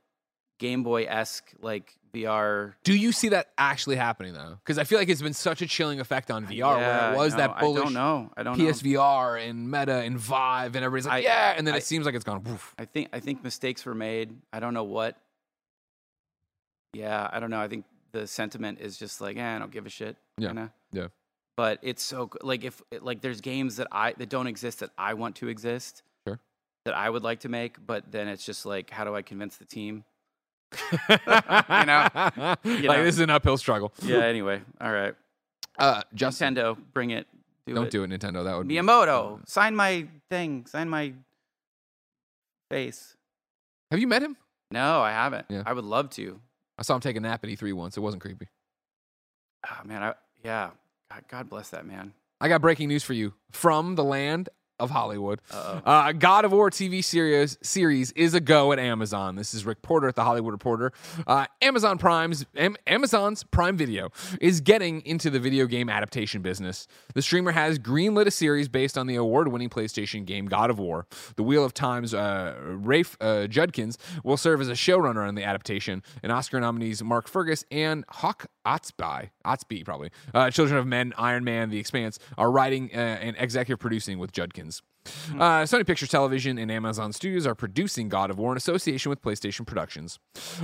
S2: Game Boy esque like VR.
S1: Do you see that actually happening though? Because I feel like it's been such a chilling effect on VR, where
S2: Yeah,
S1: it was
S2: no,
S1: that
S2: I
S1: bullish
S2: don't know. I don't know.
S1: PSVR and Meta and Vive, and everybody's like,
S2: I-
S1: yeah, and then
S2: I-
S1: it seems like it's gone.
S2: <laughs>
S1: Woof.
S2: I think I think mistakes were made. I don't know what. Yeah, I don't know. I think the sentiment is just like, eh, I don't give a shit.
S1: Yeah,
S2: kinda.
S1: yeah.
S2: But it's so g- like if like there's games that I that don't exist that I want to exist.
S1: Sure.
S2: That I would like to make, but then it's just like, how do I convince the team?
S1: you <laughs>
S2: know,
S1: like
S2: you know.
S1: this is an uphill struggle.
S2: Yeah.
S1: <laughs>
S2: Anyway, all right.
S1: Uh, Justin,
S2: Nintendo, bring it. Do
S1: don't
S2: it.
S1: do it, Nintendo. That would be
S2: Miyamoto, sign my thing. Sign my face.
S1: Have you met him?
S2: No, I haven't.
S1: Yeah.
S2: I would love to.
S1: I saw him take a nap at E3 once. It wasn't creepy.
S2: Oh man, I yeah. God, God bless that man.
S1: I got breaking news for you from the land of Hollywood.
S2: Uh-oh.
S1: Uh, God of War TV series series is a go at Amazon. This is Rick Porter at the Hollywood Reporter. Uh, Amazon Prime's Am- Amazon's Prime Video is getting into the video game adaptation business. The streamer has greenlit a series based on the award-winning PlayStation game God of War. The Wheel of Time's uh, Rafe uh, Judkins will serve as a showrunner on the adaptation, and Oscar nominees Mark Fergus and Hawk Otsby, Otsby probably, uh, Children of Men, Iron Man, The Expanse are writing uh, and executive producing with Judkins.
S2: Hmm.
S1: Uh, Sony Pictures Television and Amazon Studios are producing God of War in association with PlayStation Productions.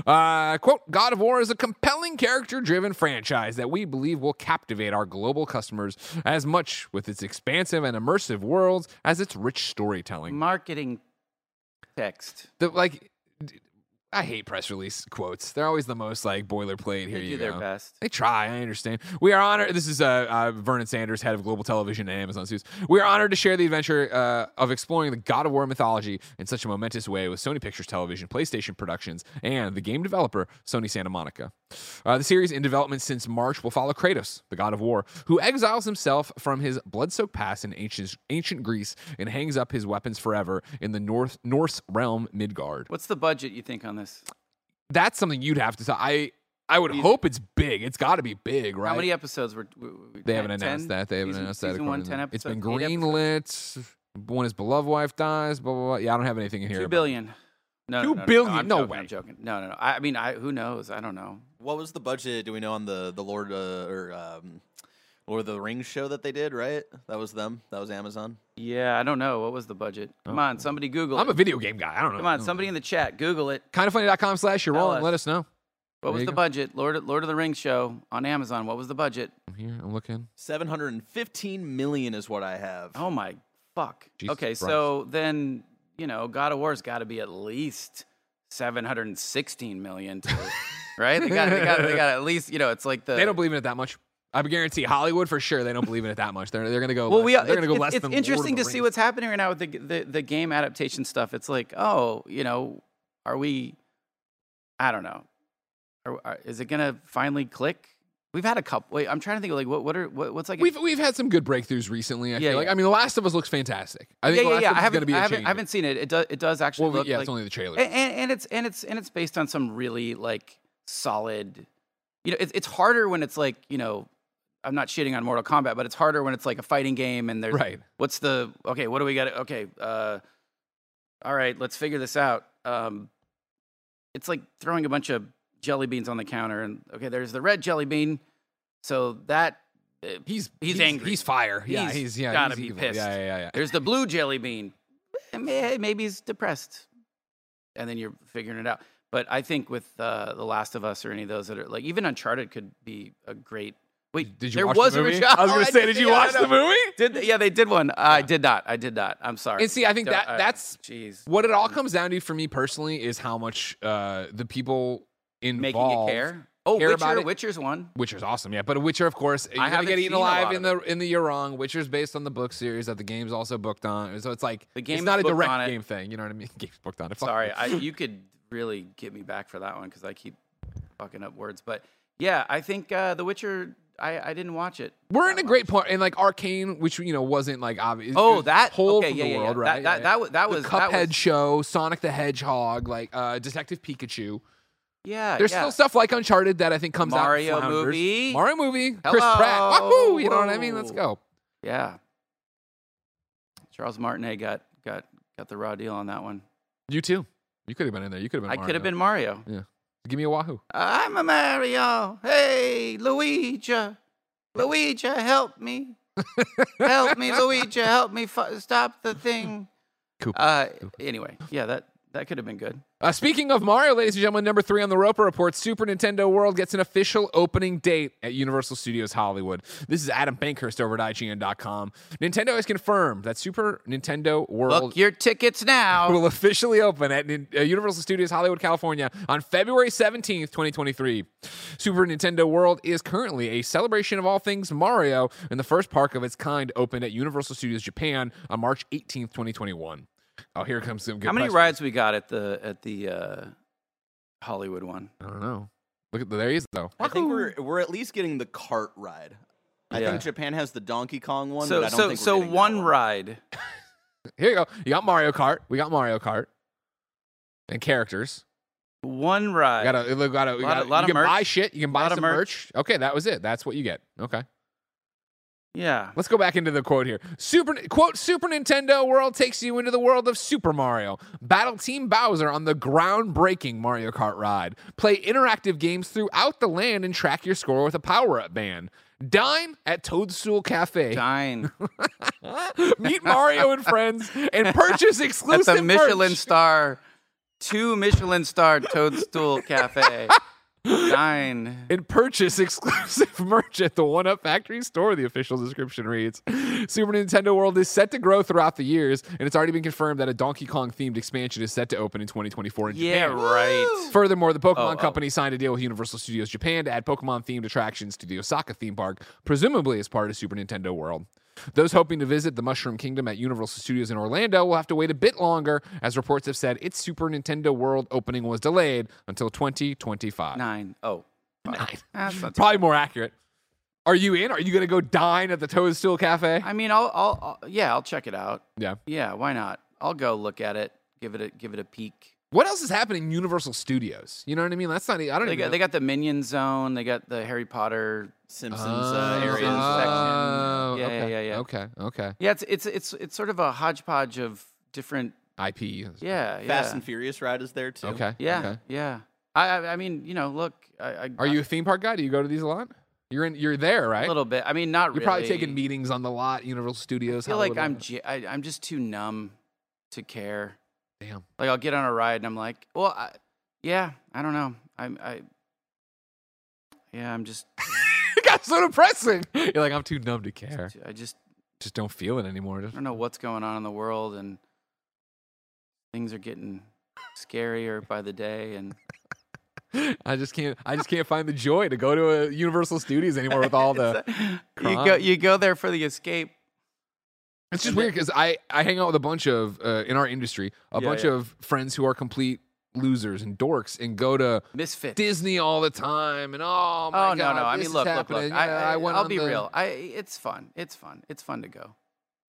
S1: Uh, quote God of War is a compelling character driven franchise that we believe will captivate our global customers as much with its expansive and immersive worlds as its rich storytelling.
S2: Marketing text.
S1: The, like, d- I hate press release quotes. They're always the most like boilerplate. Here
S2: they
S1: you
S2: do their
S1: go.
S2: best.
S1: They try. I understand. We are honored. This is uh, uh, Vernon Sanders, head of global television at Amazon Studios. We are honored to share the adventure uh, of exploring the God of War mythology in such a momentous way with Sony Pictures Television, PlayStation Productions, and the game developer Sony Santa Monica. Uh, the series in development since March will follow Kratos, the God of War, who exiles himself from his blood-soaked past in ancient, ancient Greece and hangs up his weapons forever in the North Norse realm Midgard
S2: What's the budget you think on this?
S1: that's something you'd have to tell. I I would
S2: These-
S1: hope it's big. It's got to be big, right?
S2: How many episodes were? were- were-
S1: they haven't
S2: 10?
S1: announced that. They haven't
S2: Season-
S1: announced that.
S2: Season one,
S1: according to
S2: 10
S1: them.
S2: episodes.
S1: It's been
S2: eight episodes.
S1: greenlit. When his beloved wife dies, blah blah blah. Yeah, I don't have anything in here.
S2: Two
S1: about-
S2: billion. No,
S1: Two
S2: no, no, no,
S1: billion?
S2: I'm
S1: No
S2: joking,
S1: way.
S2: I'm joking. No, no, no. I, I mean, I who knows? I don't know.
S3: What was the budget? Do we know on the the Lord uh, or um, Lord of the Rings show that they did? Right, that was them. That was Amazon.
S2: Yeah, I don't know. What was the budget? Come on, somebody Google
S1: Oh. I'm a
S2: it.
S1: video game guy. I don't know.
S2: Come on, somebody in the chat, Google it.
S1: Kindoffunny.com slash you're
S2: Tell
S1: rolling.
S2: us.
S1: Let us know.
S2: What
S1: There
S2: was
S1: you
S2: the
S1: go.
S2: budget? Lord Lord of the Rings show on Amazon. What was the budget?
S1: I'm here. I'm looking.
S3: Seven hundred and fifteen million is what I have.
S2: Oh my fuck.
S1: Jesus
S2: okay,
S1: Christ.
S2: so then you know, God of War's got to be at least seven hundred and sixteen
S1: <laughs>
S2: million, to, right? They got they got they got at least you know, it's like the
S1: They don't believe in it that much. I guarantee Hollywood for sure. They don't believe in it that much. They're they're gonna go.
S2: Well,
S1: less,
S2: we
S1: they're
S2: it's,
S1: gonna go
S2: it's-
S1: less
S2: it's
S1: than Lord
S2: interesting
S1: of the
S2: to see
S1: Rings.
S2: what's happening right now with the, the the game adaptation stuff. It's like, oh, you know, are we? I don't know. Are, are, is it gonna finally click? We've had a couple. Wait, I'm trying to think. of Like, what what are what, what's like? a-
S1: We've we've had some good breakthrough recently. I
S2: Yeah,
S1: feel like
S2: yeah.
S1: I mean, The Last of Us looks fantastic. I think
S2: yeah,
S1: The
S2: yeah,
S1: Last
S2: yeah.
S1: of Us
S2: I
S1: is
S2: haven't,
S1: gonna be
S2: I
S1: a
S2: haven't,
S1: change.
S2: I haven't seen it. It does, it does actually
S1: Well, we-
S2: look
S1: yeah,
S2: like, Eh,
S1: it's only the trailer.
S2: and, and, and it's and it's and it's and it's based on some really like solid. You know, it's it's harder when it's like you know, I'm not shitting on Mortal Kombat, but it's harder when it's like a fighting game and there's
S1: Right.
S2: what's the okay what do we got okay uh all right let's figure this out um it's like throwing a bunch of jelly beans on the counter and okay there's the red jelly bean so that uh,
S1: He's
S2: He's angry.
S1: He's fire. yeah,
S2: He's
S1: he's yeah.
S2: gotta
S1: he's
S2: be
S1: evil.
S2: pissed.
S1: Yeah, yeah, yeah.
S2: there's the blue jelly bean Eh, may- maybe he's depressed and then you're figuring it out but i think with uh the last of us or any of those that are like even uncharted could be a great wait
S1: Did you
S2: there
S1: watch
S2: was
S1: the movie?
S2: a Uncharted-
S1: I was
S2: Oh,
S1: gonna say,
S2: did
S1: did you
S2: yeah, <laughs> I
S1: watch the
S2: know.
S1: movie?
S2: did they- yeah they did one i did not i did not i'm sorry
S1: And see, I think
S2: Don't-
S1: that
S2: uh,
S1: that's
S2: jeez
S1: what it all comes down to for me personally is how much uh, the people involved.
S2: making it care. Oh,
S1: care
S2: Witcher,
S1: about it.
S2: Witcher's one.
S1: Witcher's awesome, yeah. But Witcher, of course, you
S2: haven't
S1: get eaten
S2: seen a lot
S1: alive in
S2: of
S1: the in the year wrong. Witcher's based on the book series that the game's also booked on, so it's like
S2: The game
S1: it's
S2: is
S1: not a
S2: booked
S1: direct
S2: on it.
S1: game thing. You know what I mean? <laughs> Game's booked on it. Fuck
S2: Sorry,
S1: me. <laughs>
S2: I, you could really get me back for that one because I keep fucking up words. But yeah, I think uh, The Witcher. I, I didn't watch it.
S1: We're in
S2: that
S1: a great point, and like Arcane, which you know wasn't like obvious. it
S2: Oh,
S1: was
S2: that
S1: whole
S2: okay,
S1: from
S2: yeah,
S1: the
S2: yeah, yeah.
S1: world,
S2: That-
S1: right?
S2: That, that, was that
S1: the
S2: was
S1: Cuphead
S2: that was-
S1: show, Sonic the Hedgehog, like uh, Detective Pikachu.
S2: yeah,
S1: There's
S2: Uh, yeah.
S1: still stuff like Uncharted that I think comes out.
S2: Mario
S1: flounders.
S2: movie.
S1: Mario movie. Chris Pratt.
S2: Hello.
S1: Wahoo! You know what I mean? Let's go.
S2: Yeah, Charles Martinet got got got the raw deal on that one.
S1: You too. You could have been in there. You could have been.
S2: I
S1: Mario.
S2: could have been Mario.
S1: Give me a wahoo.
S2: I'm a Mario. Hey, Luigi. Luigi, help me.
S1: <laughs>
S2: help me, Luigi. Help me. F- stop the thing.
S1: Koopa,
S2: Uh, anyway, yeah, that, that could have been good.
S1: Uh, speaking of Mario, ladies and gentlemen, number three on the Roper Report, Super Nintendo World gets an official opening date at Universal Studios Hollywood. This is Adam Bankhurst over at IGN.com. Nintendo has confirmed that Super Nintendo World
S2: Book your tickets
S1: <laughs>
S2: now.
S1: will officially open at Nin- uh, Universal Studios Hollywood, California on February 17th, 2023. Super Nintendo World is currently a celebration of all things Mario, and the first park of its kind opened at Universal Studios Japan on March 18th, 2021. Oh, here comes some good.
S2: How many
S1: questions.
S2: rides we got at the at the uh, Hollywood one?
S1: I don't know. Look at there he is though.
S3: I think we're we're at least getting the cart ride. I
S2: Yeah.
S3: think Japan has the Donkey Kong one.
S2: so
S3: but
S2: so
S3: I don't think we're
S2: so
S3: getting that
S2: one ride.
S1: Here you go. You got Mario Kart. We got Mario Kart. And characters.
S2: One ride.
S1: You gotta, you gotta, you
S2: Lot
S1: gotta
S2: of- lot
S1: you
S2: of
S1: can buy
S2: merch.
S1: shit. You can buy
S2: Lot of
S1: some merch.
S2: merch.
S1: Okay, that was it. That's what you get. Okay. <laughs>
S2: yeah.
S1: Let's go back into the quote here. Super quote Super Nintendo World takes you into the world of Super Mario. Battle Team Bowser on the groundbreaking Mario Kart ride. Play interactive games throughout the land and track your score with a power-up band. Dine at Toadstool Cafe.
S2: Dine
S1: Meet Mario and friends and purchase
S2: <laughs> at
S1: exclusive
S2: the Michelin
S1: merch.
S2: star, two Michelin star Toadstool
S1: <laughs>
S2: Cafe. Dine.
S1: and purchase <laughs> exclusive merch at the One Up Factory store. The official description reads Super Nintendo World is set to grow throughout the years, and it's already been confirmed that a Donkey Kong themed expansion is set to open in 2024 in
S2: Yeah,
S1: Japan.
S2: right.
S1: Furthermore, the Pokemon
S2: Oh, oh.
S1: Company signed a deal with Universal Studios Japan to add Pokemon themed attractions to the Osaka theme park, presumably as part of Super Nintendo World. Those hoping to visit the Mushroom Kingdom at Universal Studios in Orlando will have to wait a bit longer, as reports have said its Super Nintendo World opening was delayed until 2025.
S2: Nine. Oh.
S1: Nine.
S2: That's not
S1: Probably more accurate. Are you in? Are you going to go dine at the Toadstool Cafe?
S2: I mean, I'll, I'll, I'll, yeah, I'll check it out.
S1: Yeah.
S2: Yeah, why not? I'll go look at it, give it a, give it a peek.
S1: What else is happening in Universal Studios? You know what I mean? That's not. e- I don't
S2: They
S1: even.
S2: got,
S1: know.
S2: they got the Minion Zone. They got the Harry Potter.
S3: Simpsons
S1: Oh,
S3: uh, areas.
S2: Simpsons
S3: section.
S1: oh,
S2: Yeah,
S1: okay,
S2: yeah, yeah, yeah.
S1: Okay. Okay.
S2: Yeah, it's it's it's it's sort of a hodgepodge of different.
S1: IP.
S2: Yeah, yeah,
S3: Fast and Furious ride is there too.
S1: Okay.
S2: yeah,
S1: Okay.
S2: yeah. I I I mean, you know, look, I, I
S1: Are you a theme park guy? Do you go to these a lot? You're in. You're there,
S2: a
S1: right?
S2: little bit? I mean, not
S1: you're
S2: really.
S1: probably taking meetings on the lot, Universal Studios.
S2: I feel like
S1: Hollywood <laughs>
S2: I'm
S1: lot.
S2: j- I, am i am just too numb to care.
S1: Damn.
S2: Like I'll get on a ride and I'm like, well, I, yeah, I don't know. I'm I. Yeah, I'm just.
S1: it got so depressing. You're like I'm too numb to care.
S2: I just
S1: Just don't feel it anymore.
S2: I
S1: Just- <laughs>
S2: don't know what's going on in the world, and things are getting scarier by the day.
S1: <laughs>
S2: And
S1: I just can't. I just can't find the joy to go to a Universal Studios anymore with
S2: <laughs>
S1: all the.
S2: you go,
S1: crime.
S2: you go there for the escape.
S1: It's just
S2: And
S1: weird because I, I hang out with a bunch of uh, in our industry a
S2: Yeah,
S1: bunch
S2: yeah.
S1: of friends who are complete losers and dorks and go to
S2: Misfit.
S1: Disney all the time and oh my
S2: oh
S1: god
S2: no, no. I
S1: this
S2: mean,
S1: is
S2: look, look,
S1: happening.
S2: look.
S1: You
S2: I,
S1: know,
S2: I,
S1: went
S2: I'll
S1: on
S2: be
S1: the-
S2: real. I it's fun. It's fun. It's fun to go.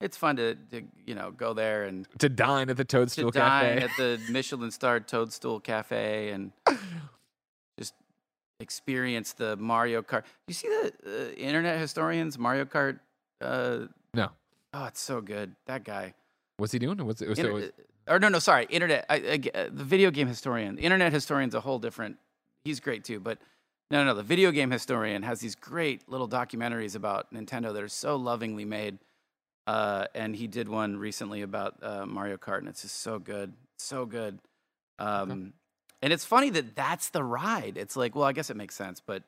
S2: It's fun to, to you know go there and
S1: to dine at the
S2: to
S1: Toadstool
S2: dine
S1: Cafe.
S2: at the Michelin starred Toadstool Cafe
S1: <laughs>
S2: and just experience the Mario Kart. You see the uh, internet historians Mario Kart. Uh,
S1: no,
S2: oh, it's so good. That guy.
S1: what's he doing? What's it? What's
S2: Inter-
S1: it was,
S2: uh, or no, no, sorry, internet. I, I g- uh, the video game historian, the internet historian's a whole different. He's great too, but no, no, the video game historian has these great little documentaries about Nintendo that are so lovingly made. Uh, and he did one recently about uh, Mario Kart, and it's just so good, so good. Um, And it's funny that that's the ride. It's like, well, I guess it makes sense, but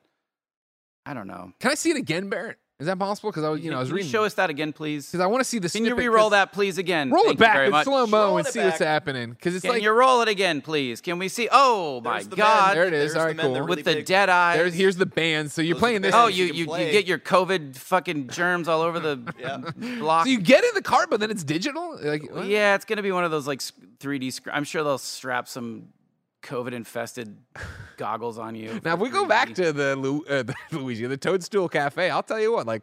S2: I don't know.
S1: can I see it again, Barrett? Is that possible? Because I was you know I was
S2: Can
S1: reading
S2: show us that again, please.
S1: because I want to see the.
S2: Can you
S1: snippet,
S2: re-roll
S1: 'cause-
S2: that, please, again?
S1: Roll
S2: Thank
S1: it
S2: you very
S1: back in
S2: much.
S1: slow mo
S3: Roll
S1: and
S3: it
S1: see what's
S3: back.
S1: happening because it's
S2: Can
S1: like
S2: you roll it again, please? Can we see? Oh my
S3: There's the
S2: God!
S3: band.
S1: There it is.
S3: There's
S1: All
S3: the
S1: right,
S3: men
S1: cool.
S3: that are
S2: With
S3: really
S2: the
S3: big.
S2: dead eyes.
S1: there's, here's the band. So you're
S3: Those are
S1: playing
S3: the
S1: this.
S2: oh,
S3: bands
S2: you
S3: you can
S2: you, you
S3: play.
S2: get your COVID fucking germs all
S1: <laughs>
S2: over the
S3: Yeah.
S2: block.
S1: So you <laughs> get in the cart, but then it's digital. Like what?
S2: yeah, it's gonna be one of those like s- 3D. Sc- I'm sure they'll strap some COVID infested goggles on you.
S1: Now, if
S2: for
S1: we go back
S2: 3D.
S1: to the, Lu- uh, <laughs> the Luigi, the Toadstool Cafe, I'll tell you what, like,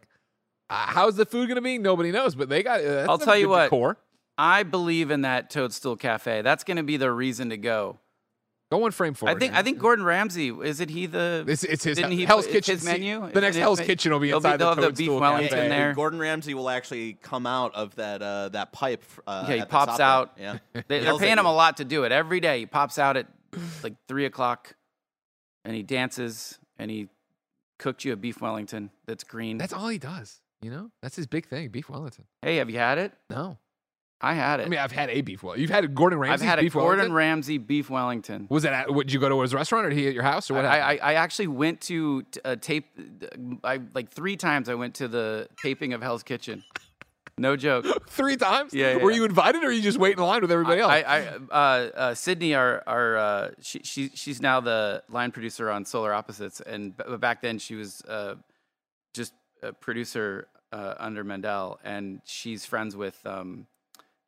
S1: uh, how's the food going to be? Nobody knows, but they got. Uh, that's
S2: I'll
S1: some
S2: tell you
S1: good
S2: what.
S1: Decor.
S2: I believe in that Toadstool Cafe. That's gonna be the reason to go.
S1: Go one frame forward.
S2: I think I think Gordon Ramsay isn't he the
S1: it's, it's his
S2: didn't he
S1: Hell's
S2: put- it's
S1: Kitchen
S2: his
S1: se-
S2: menu?
S1: The
S2: Isn't
S1: next
S2: his
S1: Hell's
S2: men-
S1: Kitchen will be
S2: They'll be-
S1: inside
S2: they'll
S1: the
S2: have the beef
S1: Toadstool
S3: Yeah,
S2: Wellington
S1: Cafe.
S3: and
S2: there.
S3: Gordon Ramsay will actually come out of that uh, that pipe. Uh,
S2: Yeah, he
S3: at the
S2: pops
S3: top there.
S2: out.
S3: Yeah,
S2: <laughs> They, they're
S3: Yells at
S2: paying him a
S3: you.
S2: lot to do it every day. He pops out at like three o'clock, and he dances, and he cooked you a beef Wellington that's green.
S1: That's all he does. You know, that's his big thing. Beef Wellington.
S2: hey, have you had it?
S1: No,
S2: I had it.
S1: I mean I've had a beef Wellington. You've had Gordon
S2: I've
S1: Ramsay's
S2: had a
S1: beef
S2: Gordon
S1: Wellington.
S2: Ramsay beef Wellington.
S1: was that at, would you go to his restaurant or did he at your house or what?
S2: I, I,
S1: happened?
S2: I actually went to t- uh, tape. I like three times. I went to the taping of Hell's Kitchen. No
S1: <laughs>
S2: joke.
S1: three times.
S2: Yeah, yeah,
S1: Were
S2: yeah.
S1: you invited or you just wait in line with everybody else?
S2: I, I uh, uh, Sydney, our our uh, she, she she's now the line producer on Solar Opposites, and b- but back then she was uh, just a producer uh, under Mandel, and she's friends with um,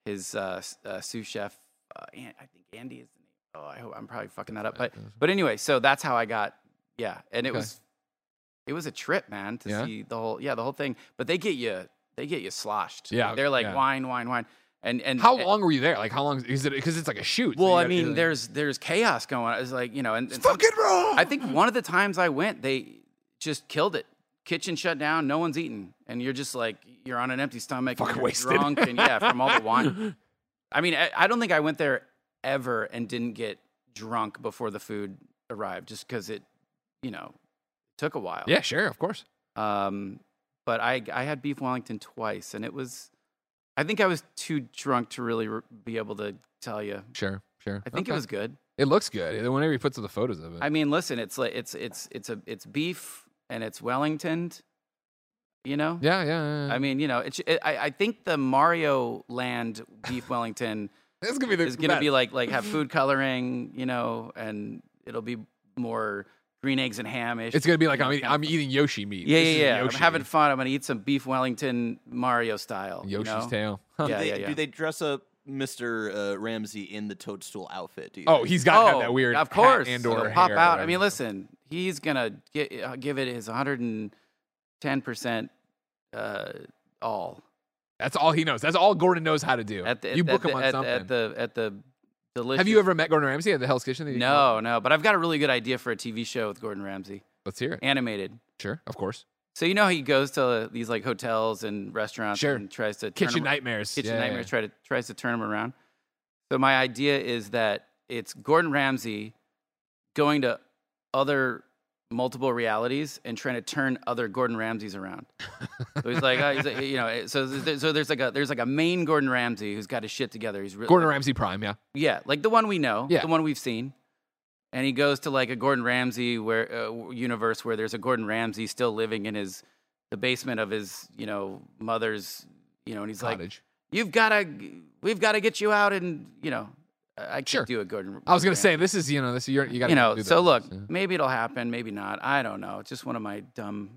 S2: his uh, s- uh, sous chef. Uh, An- I think Andy is the name. Oh, I hope I'm probably fucking that up. But but anyway, so that's how I got. Yeah, and it
S1: Okay.
S2: was it was a trip, man, to
S1: Yeah?
S2: see the whole yeah the whole thing. But they get you they get you sloshed. Like,
S1: Yeah,
S2: they're like
S1: yeah.
S2: wine, wine, wine, and and
S1: How
S2: and-
S1: long were you there? Like how long is it? Because it's like a shoot. so
S2: well,
S1: you
S2: I
S1: gotta-
S2: mean,
S1: like-
S2: there's there's chaos going on. It's like you know, and, and some-
S3: Fucking wrong.
S2: I think one of the times I went, they just killed it. Kitchen shut down, no one's eating, and you're just like you're on an empty stomach, and
S1: Fucking
S2: you're
S1: wasted.
S2: drunk, and yeah, from all
S1: <laughs>
S2: the wine. I mean, I, I don't think I went there ever and didn't get drunk before the food arrived, just because it, you know, took a while.
S1: Yeah, sure, of course.
S2: Um, but I I had beef Wellington twice, and it was, I think I was too drunk to really re- be able to tell you.
S1: Sure, sure.
S2: I think
S1: Okay.
S2: it was good.
S1: It looks good. Whenever he puts up the photos of it.
S2: I mean, listen, it's like it's it's it's a it's beef and it's Wellington, you know.
S1: yeah, yeah. yeah, yeah.
S2: I mean, you know, it's it, I I think the Mario Land
S1: <laughs>
S2: beef Wellington
S1: That's gonna be the
S2: is gonna be
S1: best.
S2: like like
S1: <laughs>
S2: have food coloring, you know, and it'll be more green eggs and ham ish.
S1: It's gonna be like I'm,
S2: <laughs>
S1: eating, I'm eating Yoshi meat.
S2: yeah,
S1: This
S2: yeah,
S1: is
S2: yeah. I'm
S1: Yoshi.
S2: having fun. I'm gonna eat some beef Wellington Mario style. you
S1: Yoshi's
S2: know?
S1: tail.
S2: <laughs> Yeah,
S3: do, they,
S2: yeah, yeah.
S3: do they dress up Mr. Uh, Ramsey in the toadstool outfit? Do you
S1: Oh,
S3: think?
S1: he's got to
S2: Oh,
S1: have that weird
S2: of course,
S1: hat and
S2: it'll
S1: or
S2: pop
S1: hair or
S2: out. I mean,
S1: whatever.
S2: listen, he's gonna gi- uh, give it his 110 percent uh, all.
S1: that's all he knows. That's all Gordon knows how to do.
S2: At the,
S1: you book
S2: at
S1: him
S2: the,
S1: on
S2: at,
S1: something.
S2: At the at the delicious.
S1: have you ever met Gordon Ramsay at the Hell's Kitchen? that you-
S2: No, no. But I've got a really good idea for a TV show with Gordon Ramsay,
S1: Let's hear it.
S2: animated.
S1: Sure, of course.
S2: So you know how he goes to these like hotels and restaurants
S1: Sure.
S2: and tries to turn
S1: Kitchen
S2: them-
S1: Nightmares.
S2: Kitchen
S1: Yeah, yeah,
S2: Nightmares try to tries to turn him around. So my idea is that it's Gordon Ramsay going to other multiple realities and trying to turn other Gordon Ramsays around. so he's like, uh, he's like, you know, so there's- so there's like a there's like a main Gordon Ramsay who's got his shit together. He's really,
S1: yeah. Gordon Ramsay Prime, yeah.
S2: yeah, like the one we know,
S1: Yeah.
S2: the one we've seen. And he goes to like a Gordon Ramsay where uh, universe where there's a Gordon Ramsay still living in his the basement of his, you know, mother's, you know, and he's like
S1: Cottage.
S2: you've got to, we've got to get you out and, you know, I I can't
S1: Sure.
S2: do it, Gordon.
S1: I was gonna
S2: Ramsay.
S1: say this is you know this you're, you got
S2: you know,
S1: do this.
S2: so look,
S1: Yeah.
S2: maybe it'll happen, maybe not. I don't know. It's just one of my dumb,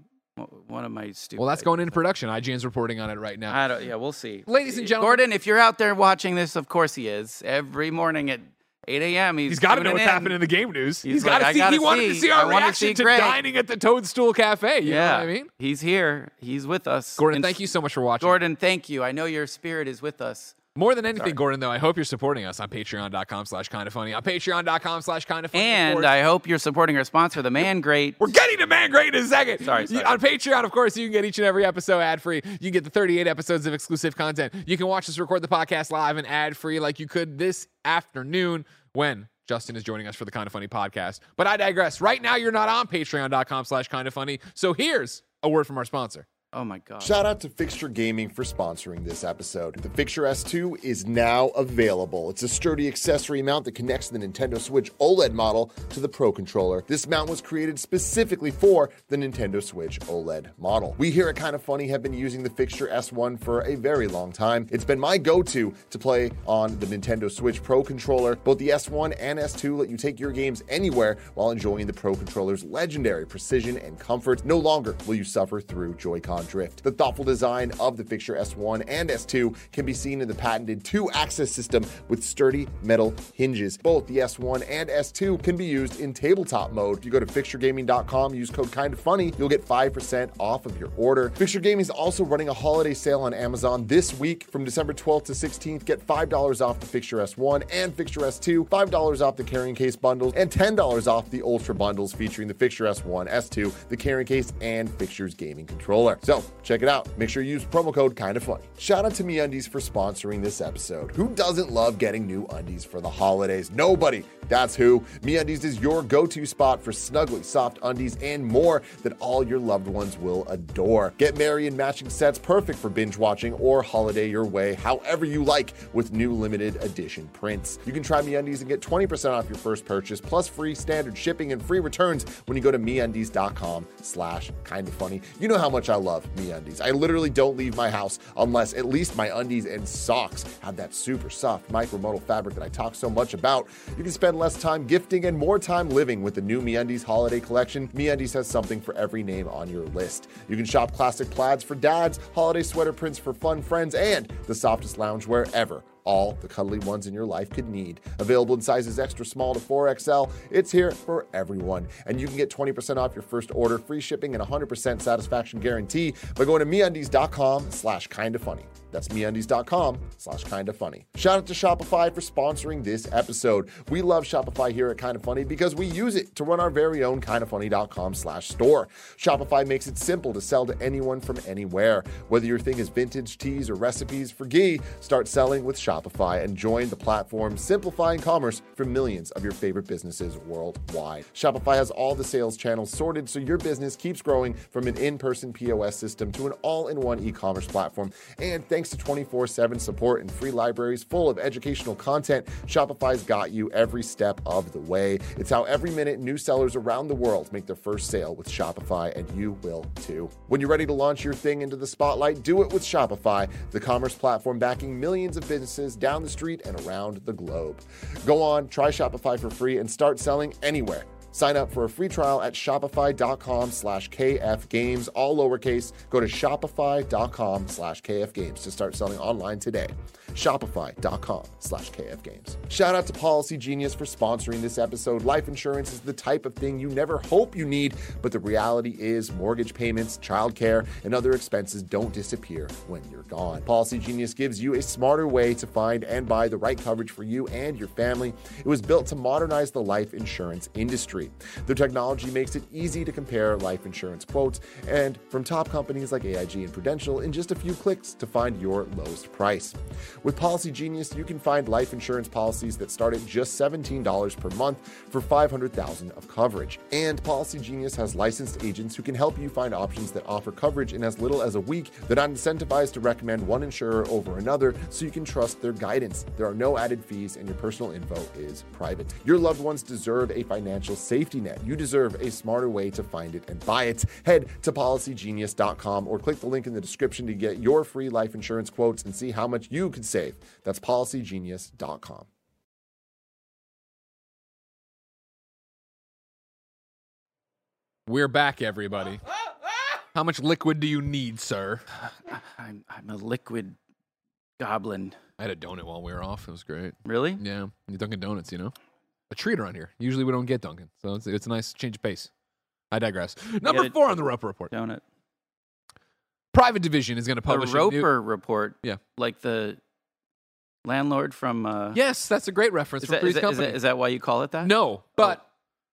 S2: one of my stupid.
S1: Well, that's going into production. IGN's reporting on it right now.
S2: I don't, yeah, we'll see. Eh,
S1: Ladies and gentlemen,
S2: Gordon, if you're out there watching this, of course he is. Every morning at 8 a.m., he's,
S1: He's got to
S2: tuning
S1: know what's
S2: in.
S1: happening in the game news.
S2: He's
S1: he's got
S2: like, I
S1: to see.
S2: gotta
S1: He wanted to
S2: see.
S1: see our
S2: I wanna
S1: reaction
S2: see
S1: to
S2: Greg.
S1: dining at the Toadstool Cafe. You
S2: yeah,
S1: know what I mean?
S2: he's here. He's with us.
S1: Gordon,
S2: And
S1: thank you so much for watching.
S2: Gordon, thank you. I know your spirit is with us.
S1: More than anything, Gordon, though, I hope you're supporting us on patreon.com slash kind of funny. On patreon.com slash kind of funny. of
S2: And
S1: course.
S2: I hope you're supporting our sponsor, the man great.
S1: We're getting to Man Great in a second.
S2: Sorry,
S1: You-
S2: sorry.
S1: On Patreon, of course, you can get each and every episode ad free. You get the 38 episodes of exclusive content. You can watch us record the podcast live and ad free like you could this afternoon when Justin is joining us for the Kind of Funny podcast. But I digress. Right now, you're not on patreon.com slash kind of funny. So here's a word from our sponsor.
S2: Oh my God.
S4: Shout out to Fixture Gaming for sponsoring this episode. The Fixture S2 is now available. It's a sturdy accessory mount that connects the Nintendo Switch OLED model to the Pro controller. This mount was created specifically for the Nintendo Switch OLED model. We here at Kind of Funny have been using the Fixture S1 for a very long time. It's been my go to to play on the Nintendo Switch Pro controller. Both the S1 and S2 let you take your games anywhere while enjoying the Pro controller's legendary precision and comfort. No longer will you suffer through Joy-Con drift. The thoughtful design of the Fixture S1 and S2 can be seen in the patented two-axis system with sturdy metal hinges. Both the S1 and S2 can be used in tabletop mode. If you go to fixturegaming.com, use code kind of funny, you'll get 5% off of your order. Fixture Gaming is also running a holiday sale on Amazon this week from December 12th to 16th. Get $5 off the Fixture S1 and Fixture S2, $5 off the carrying case bundles, and $10 off the Ultra bundles featuring the Fixture S1, S2, the carrying case, and Fixture's gaming controller. So check it out. Make sure you use promo code Kinda Funny. Shout out to MeUndies for sponsoring this episode. Who doesn't love getting new undies for the holidays? Nobody. That's who. MeUndies is your go-to spot for snuggly, soft undies, and more that all your loved ones will adore. Get merry in matching sets perfect for binge watching or holiday your way, however you like, with new limited edition prints. You can try MeUndies and get 20% off your first purchase, plus free standard shipping and free returns when you go to MeUndies.com slash kind of funny. You know how much I love MeUndies. I literally don't leave my house unless at least my undies and socks have that super soft micromodal fabric that I talk so much about. You can spend less time gifting and more time living with the new MeUndies holiday collection. MeUndies has something for every name on your list. You can shop classic plaids for dads, holiday sweater prints for fun friends, and the softest loungewear ever all the cuddly ones in your life could need. Available in sizes extra small to 4XL, it's here for everyone. And you can get 20% off your first order, free shipping, and 100% satisfaction guarantee by going to MeUndies.com slash kinda funny. That's MeUndies.com slash kinda funny. Shout out to Shopify for sponsoring this episode. We love Shopify here at Kinda Funny because we use it to run our very own kindafunny.com slash store. Shopify makes it simple to sell to anyone from anywhere. Whether your thing is vintage teas or recipes for ghee, start selling with Shopify and join the platform simplifying commerce for millions of your favorite businesses worldwide. Shopify has all the sales channels sorted so your business keeps growing from an in-person POS system to an all-in-one e-commerce platform. And thanks to 24/7 support and free libraries full of educational content, Shopify's got you every step of the way. It's how every minute new sellers around the world make their first sale with Shopify and you will too. When you're ready to launch your thing into the spotlight, do it with Shopify, the commerce platform backing millions of businesses down the street and around the globe. Go on, try Shopify for free and start selling anywhere. Sign up for a free trial at shopify.com slash kfgames, all lowercase. Go to shopify.com slash kfgames to start selling online today. Shopify.com slash kfgames. Shout out to Policy Genius for sponsoring this episode. Life insurance is the type of thing you never hope you need, but the reality is mortgage payments, childcare, and other expenses don't disappear when you're gone. Policy Genius gives you a smarter way to find and buy the right coverage for you and your family. It was built to modernize the life insurance industry. Their technology makes it easy to compare life insurance quotes and from top companies like AIG and Prudential in just a few clicks to find your lowest price. With Policy Genius, you can find life insurance policies that start at just $17 per month for 500,000 of coverage. And Policy Genius has licensed agents who can help you find options that offer coverage in as little as a week. They're not incentivized to recommend one insurer over another, so you can trust their guidance. There are no added fees and your personal info is private. Your loved ones deserve a financial safety net. You deserve a smarter way to find it and buy it. Head to policygenius.com or click the link in the description to get your free life insurance quotes and see how much you could save. That's policygenius.com.
S1: We're back, everybody. How much liquid do you need, sir?
S2: I'm, I'm a liquid goblin.
S1: I had a donut while we were off. It was great.
S2: Really?
S1: Yeah, you Dunkin' Donuts, you know, a treat around here. Usually we don't get Dunkin', so it's, it's a nice change of pace. I digress. Number
S2: it-
S1: four on the Roper Report:
S2: Donut.
S1: Private Division is going to
S2: The
S1: publish a new-
S2: Roper report.
S1: Yeah.
S2: Like the landlord from. Uh,
S1: Yes, that's a great reference
S2: Is
S1: from
S2: that, is,
S1: Three's
S2: that, is,
S1: Company.
S2: that, is that why you call it that? Oh.
S1: No, but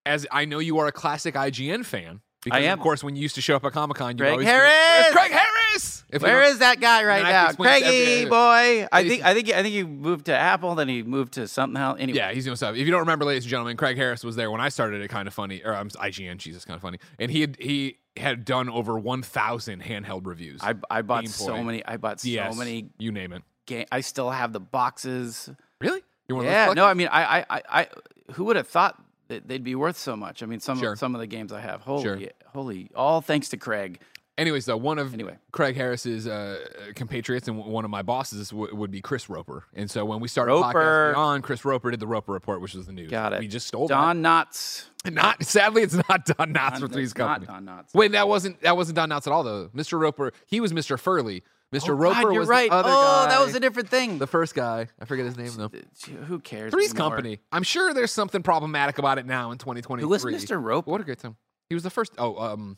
S1: as I know, you are a classic IGN fan. Because
S2: I am.
S1: Of course, when you used to show up at Comic Con, you
S2: Greg
S1: always
S2: Harris!
S1: Where's Craig Harris. If you
S2: Where
S1: don't-
S2: is that guy right
S1: And I have to
S2: now,
S1: explain to
S2: Craigie
S1: every-
S2: boy? I
S1: Jason-
S2: think I think I think he moved to Apple, then he moved to something else. Anyway,
S1: Yeah, he's doing stuff. If you don't remember, ladies and gentlemen, Craig Harris was there when I started. It kind of funny, or I'm IGN, Jesus, kind of funny, and he had, he had done over 1,000 handheld reviews.
S2: I I bought
S1: Game
S2: so
S1: Boy.
S2: many. I bought so
S1: DS,
S2: many
S1: you name it.
S2: game. I still have the boxes.
S1: Really? You want
S2: Yeah, no, I mean, I I I, I who would have thought that they'd be worth so much? I mean, some
S1: Sure.
S2: of, some of the games I have, holy
S1: Sure.
S2: holy, all thanks to Craig.
S1: Anyways, though, one of
S2: Anyway.
S1: Craig Harris's uh, compatriots and w- one of my bosses w- would be Chris Roper. And so when we started
S2: Roper.
S1: podcasting on, Chris Roper did the Roper Report, which was the news.
S2: Got it.
S1: We just stole
S2: Don Knotts.
S1: that. <laughs> Not sadly, it's not Don Knotts
S2: Don-
S1: for Three's
S2: it's not
S1: Company.
S2: Don Knotts.
S1: Wait, that wasn't that wasn't Don Knotts at all though. Mr. Roper, he was Mr. Furley. Mr. Roper
S2: God, you're
S1: was
S2: right.
S1: the other
S2: oh,
S1: guy.
S2: that was a different thing.
S1: the first guy. I forget his name though.
S2: Who cares?
S1: Three's
S2: anymore?
S1: Company. I'm sure there's something problematic about it now in 2023.
S2: Who was Mr. Roper?
S1: What a great time. He was the first. Oh, um,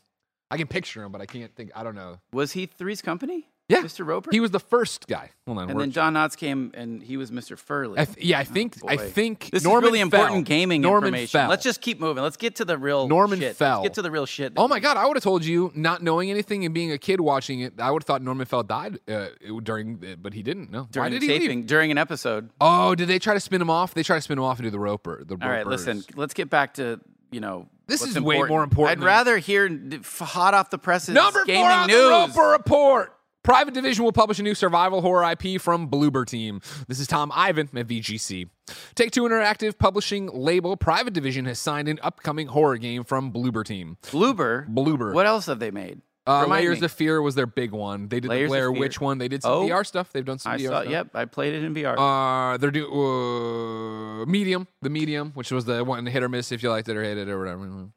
S1: I can picture him, but I can't think. I don't know.
S2: Was he Three's Company?
S1: Yeah.
S2: Mr. Roper.
S1: He was the first guy. Hold on.
S2: and
S1: we're-
S2: then John Knotts came and he was Mr. Furley. Oh,
S1: I th- yeah, I think I
S2: boy.
S1: think
S2: this
S1: Norman
S2: is really
S1: fell.
S2: important gaming
S1: Norman
S2: information.
S1: Fell.
S2: Let's just keep moving. Let's get to the real
S1: Norman
S2: shit.
S1: fell.
S2: Let's get to the real shit.
S1: Oh my God! I would have told you, not knowing anything and being a kid watching it, I would have thought Norman Fell died uh, during, the, but he didn't. No,
S2: During
S1: why did
S2: a
S1: he leave?
S2: taping, during an episode.
S1: Oh, did they try to spin him off? They try to spin him off and do the roper. The
S2: All right, listen.
S1: ropers.
S2: Let's get back to you know.
S1: This
S2: what's
S1: is way more important
S2: I'd
S1: than-
S2: rather hear n- f- hot off the presses
S1: Number
S2: gaming
S1: four on
S2: news.
S1: the Roper Report. Private Division will publish a new survival horror IP from Bloober Team. This is Tom Ivan at VGC. Take Two Interactive Publishing label Private Division has signed an upcoming horror game from Bloober Team.
S2: Bloober.
S1: Bloober.
S2: What else have they made?
S1: Uh,
S2: Remind
S1: Layers
S2: me.
S1: of Fear was their big one. They did
S2: Layers of
S1: the Blair
S2: Fear.
S1: Witch one. They did some
S2: Oh.
S1: VR stuff. They've done some
S2: I
S1: VR
S2: saw.
S1: stuff.
S2: Yep, I played it in VR.
S1: Uh, they're doing uh, Medium, the Medium, which was the one hit or miss if you liked it or hated it or whatever.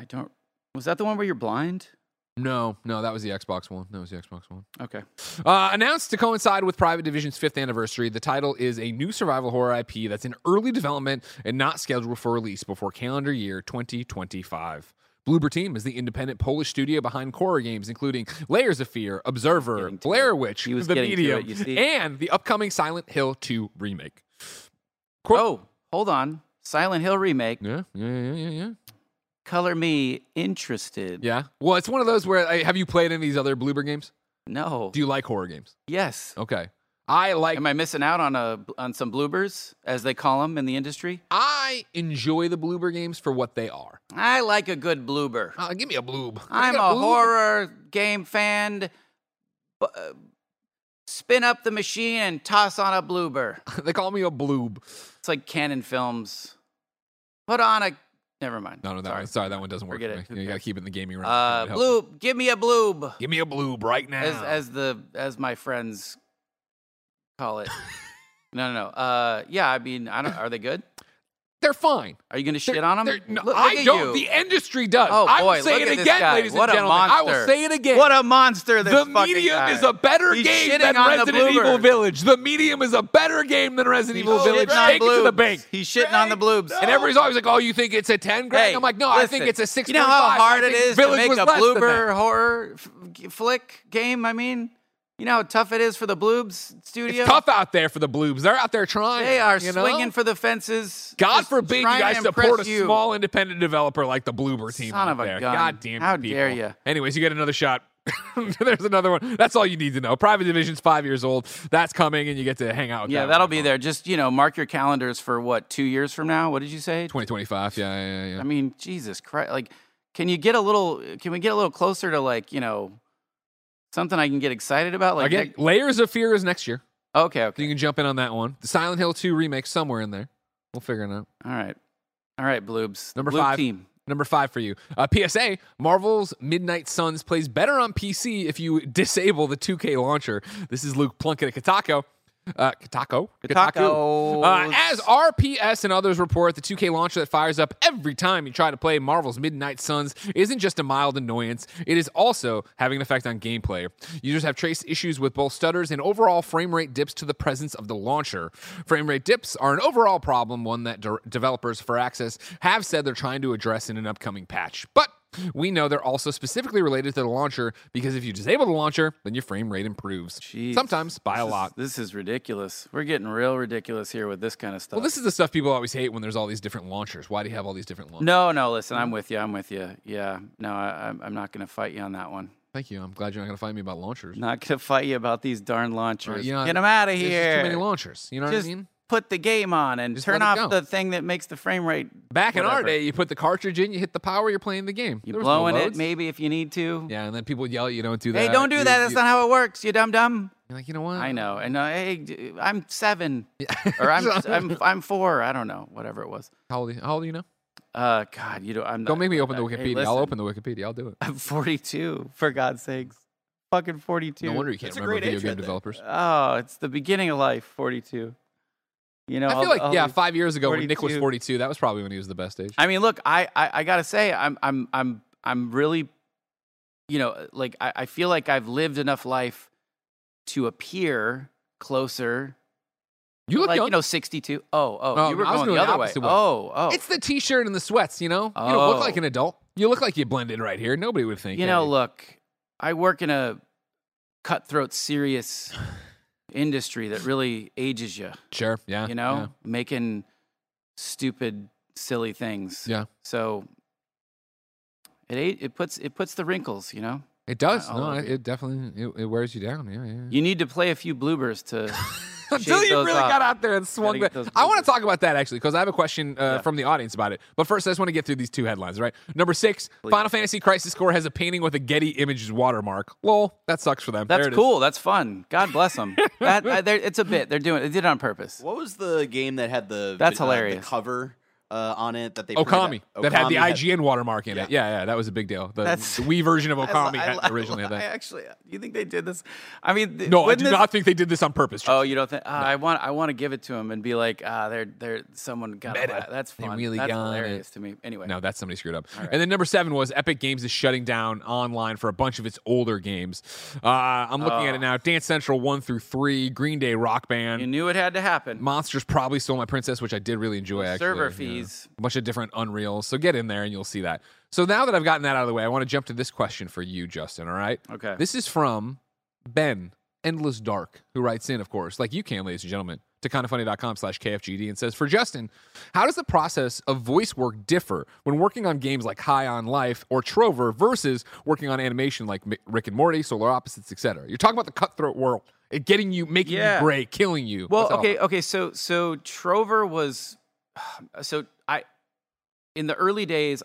S2: I don't. Was that the one where you're blind?
S1: No, no, that was the Xbox One. That was the Xbox One.
S2: Okay.
S1: Uh, announced to coincide with Private Division's fifth anniversary, the title is a new survival horror IP that's in early development and not scheduled for release before calendar year 2025. Bloober Team is the independent Polish studio behind horror games, including Layers of Fear, Observer,
S2: Getting to
S1: Blair
S2: it.
S1: Witch,
S2: He was
S1: The
S2: getting to
S1: Medium,
S2: it, you see.
S1: and the upcoming Silent Hill 2 remake. Quote-
S2: Oh, hold on. Silent Hill remake.
S1: Yeah, yeah, yeah, yeah, yeah.
S2: Color me interested.
S1: Yeah. Well, it's one of those where I, have you played any of these other Bloober games?
S2: No.
S1: Do you like horror games?
S2: yes.
S1: Okay. I like.
S2: Am I missing out on a on some bloopers, as they call them in the industry?
S1: I enjoy the Bloober games for what they are.
S2: I like a good blooper.
S1: Uh, give me a bloob. Give
S2: I'm
S1: me
S2: a
S1: bloob.
S2: horror game fan. Bu- uh, spin up the machine and toss on a bloober.
S1: <laughs> they call me a bloob.
S2: It's like Canon Films. Put on a. Never mind.
S1: No, no, that
S2: Sorry.
S1: one. Sorry, that one doesn't work.
S2: Forget
S1: for me.
S2: it. Who
S1: You got to
S2: cares?
S1: keep it in the gaming realm.
S2: Uh,
S1: It helps.
S2: bloob. Give me a bloob.
S1: Give me a bloob right now.
S2: as as the as my friends
S1: <laughs>
S2: call it. no, no, no. Uh, yeah, I mean, I don't. Are they good?
S1: they're fine.
S2: Are you going to
S1: They're-
S2: shit on them?
S1: they're- no, I don't. The industry does.
S2: Oh,
S1: I
S2: boy,
S1: will say
S2: look
S1: it
S2: at this
S1: again,
S2: guy.
S1: ladies
S2: What a
S1: and gentlemen. I will
S2: monster.
S1: say it again.
S2: what a monster! This
S1: the
S2: fucking
S1: medium
S2: guy.
S1: is a better
S2: He's
S1: game
S2: shitting
S1: than
S2: on the
S1: Resident Evil
S2: Bloober.
S1: Village. The medium is a better game than Resident
S2: He's
S1: Evil Village.
S2: shitting on
S1: Take it to the
S2: bloobs.
S1: bank.
S2: He's shitting on the bloobs.
S1: And everybody's always like, "Oh, you think it's a ten grand?"
S2: Hey,
S1: I'm like, "No, I think
S2: listen,
S1: it's a six.
S2: You know how hard it is to
S1: Village
S2: make
S1: was
S2: a
S1: less than that.
S2: bloober horror f- g- flick game. I mean, you know how tough it is for the bloobs studio.
S1: It's tough out there for the bloobs. They're out there trying.
S2: They are
S1: you know?
S2: swinging for the fences.
S1: God
S2: just
S1: forbid you
S2: trying to
S1: guys support a
S2: impress you.
S1: small independent developer like the Bloober team.
S2: Son
S1: out
S2: of a
S1: there.
S2: gun.
S1: God damn
S2: How
S1: people.
S2: dare ya.
S1: Anyways, you get another shot. <laughs> There's another one. That's all you need to know. Private Division's five years old. That's coming, and you get to hang out with
S2: Yeah,
S1: that
S2: that'll
S1: one.
S2: be there. Just you know, mark your calendars for what two years from now. What did you say?
S1: 2025. Yeah, yeah, yeah.
S2: I mean, Jesus Christ! Like, can you get a little? Can we get a little closer to like you know, something I can get excited about? Like,
S1: Again,
S2: next-
S1: Layers of Fear is next year.
S2: okay,
S1: So
S2: okay,
S1: you can jump in on that one. The Silent Hill 2 remake somewhere in there. We'll figure it out.
S2: all right, all right, bloobs. The
S1: Number
S2: Bloob
S1: five.
S2: team.
S1: Number five for you. Uh, PSA Marvel's Midnight Suns plays better on PC if you disable the 2K launcher. This is Luke Plunkett at Kotaku. Uh, Kotaku? Kotaku. Uh,
S2: Kotaku's.
S1: as RPS and others report, the 2K launcher that fires up every time you try to play Marvel's Midnight Suns isn't just a mild annoyance, it is also having an effect on gameplay. Users have traced issues with both stutters and overall frame rate dips to the presence of the launcher. Frame rate dips are an overall problem, one that de- developers for Access have said they're trying to address in an upcoming patch. But we know they're also specifically related to the launcher because if you disable the launcher, then your frame rate improves.
S2: Jeez.
S1: Sometimes by a
S2: This is-
S1: lot.
S2: This is ridiculous. We're getting real ridiculous here with this kind of stuff.
S1: Well, this is the stuff people always hate when there's all these different launchers. Why do you have all these different launchers?
S2: no, no. Listen, I'm with you. I'm with you. Yeah. No, I, I'm- I'm not going to fight you on that one.
S1: Thank you. I'm glad you're not going to fight me about launchers.
S2: Not going to <laughs> fight you about these darn launchers.
S1: you know,
S2: Get them out of
S1: There's just
S2: here.
S1: too many launchers. You know
S2: Just
S1: what I mean?
S2: put the game on and
S1: Just
S2: turn
S1: let it
S2: off
S1: go.
S2: the thing that makes the frame rate.
S1: Back in our
S2: whatever.
S1: day, you put the cartridge in, you hit the power, you're playing the game.
S2: You
S1: There was no
S2: blowing it
S1: loads.
S2: maybe if you need to.
S1: Yeah, and then people would yell, at you don't do that.
S2: hey, don't do
S1: You-
S2: that. That's
S1: you-
S2: not how it works. You dumb dumb.
S1: You're like, you know what?
S2: I know. And uh, hey, d- I'm seven,
S1: <laughs>
S2: or I'm I'm I'm four. I don't know. Whatever it was.
S1: How old, are you- how old are you now?
S2: Uh, God, you don't. I'm not,
S1: Don't make me open the
S2: I- hey,
S1: Wikipedia. I'll open
S2: listen.
S1: the Wikipedia. I'll do it.
S2: I'm 42. For God's sakes, fucking 42.
S1: No wonder you can't
S3: That's a
S1: remember
S3: great
S1: video
S3: age
S1: game
S3: right there.
S1: developers.
S2: Oh, it's the beginning of life. 42. You know,
S1: I
S2: all-
S1: feel like,
S2: all
S1: yeah,
S2: these-
S1: five years ago when Nick was
S2: 42.
S1: 42, that was probably when he was the best age.
S2: I mean, look, I, I I gotta say, I'm I'm I'm I'm really, you know, like I, I feel like I've lived enough life to appear closer,
S1: You look
S2: like
S1: young.
S2: you know, 62. Oh, oh,
S1: No,
S2: you were
S1: I was
S2: going
S1: doing
S2: the
S1: the
S2: other way.
S1: opposite way.
S2: Oh, oh,
S1: It's the t-shirt and the sweats, you know? You don't look
S2: Oh.
S1: like an adult. You look like you blended right here. Nobody would think.
S2: you know,
S1: hey.
S2: look, I work in a
S1: <sighs>
S2: cutthroat, serious industry that really ages you.
S1: sure. Yeah.
S2: <laughs> you know, making stupid, silly things.
S1: Yeah.
S2: So it a- it puts it puts the wrinkles. You know,
S1: yeah. It does.
S2: I'll
S1: no,
S2: agree.
S1: it, it definitely it, it wears you down. Yeah, yeah.
S2: you need to play a few bloopers
S1: <laughs>
S2: to.
S1: Until
S2: shave
S1: you
S2: those
S1: really
S2: off.
S1: got out there and swung
S2: Gotta get
S1: that.
S2: those
S1: I want
S2: bloopers.
S1: to talk about that actually because I have a question uh,
S2: Yeah.
S1: from the audience about it. But first, I just want to get through these two headlines. Right, number six,
S2: Please.
S1: Final Fantasy Crisis Core has a painting with a Getty Images watermark. Lol, that sucks for them.
S2: That's
S1: There it is.
S2: cool. That's fun. God bless them.
S1: <laughs>
S2: that I, they're- it's a bit. They're doing. They did it on purpose.
S3: What was the game that had the
S2: That's
S3: vi- uh,
S2: hilarious.
S3: the cover uh, on it that they
S1: Okami that had the
S3: IG.
S1: IGN watermark in it. Yeah, yeah, that was a big deal. The,
S2: That's-
S1: the Wii version of
S2: <laughs> I
S1: Okami <laughs>
S2: li- I
S1: had
S2: li-
S1: originally had
S2: <laughs> I
S1: that.
S2: actually, you think they did this? I mean, th-
S1: No, I
S2: wouldn't
S1: do
S2: this-
S1: not think they did this on purpose.
S2: Oh, you don't think? Uh, I want, I want to give it to him and be like, ah, they're, they're, someone got it. That's
S1: They
S2: fun.
S1: really
S2: That's
S1: got it.
S2: hilarious to me. Anyway,
S1: No, that's somebody screwed up. And then number seven was Epic Games is shutting down online for a bunch of its older games. Uh, I'm looking at it now: Dance Central one through three, Green Day Rock Band,
S2: you knew it had to happen.
S1: Monsters probably stole my princess, which I did really enjoy. Actually,
S2: Server
S1: yeah.
S2: fees.
S1: a bunch of different Unreals. So get in there and you'll see that. So now that I've gotten that out of the way, I want to jump to this question for you, Justin. All right,
S2: Okay.
S1: this is from Ben Endless Dark, who writes in, of course, like you can, ladies and gentlemen, to kindoffunny.com slash KFGD and says, For Justin, how does the process of voice work differ when working on games like High on Life or Trover versus working on animation like Mi- Rick and Morty, Solar Opposites, etc.? You're talking about the cutthroat world, it getting you, making
S2: Yeah.
S1: you gray, killing you.
S2: Well,
S1: What's that all
S2: okay,
S1: about?
S2: okay. So so Trover was <sighs> so I in the early days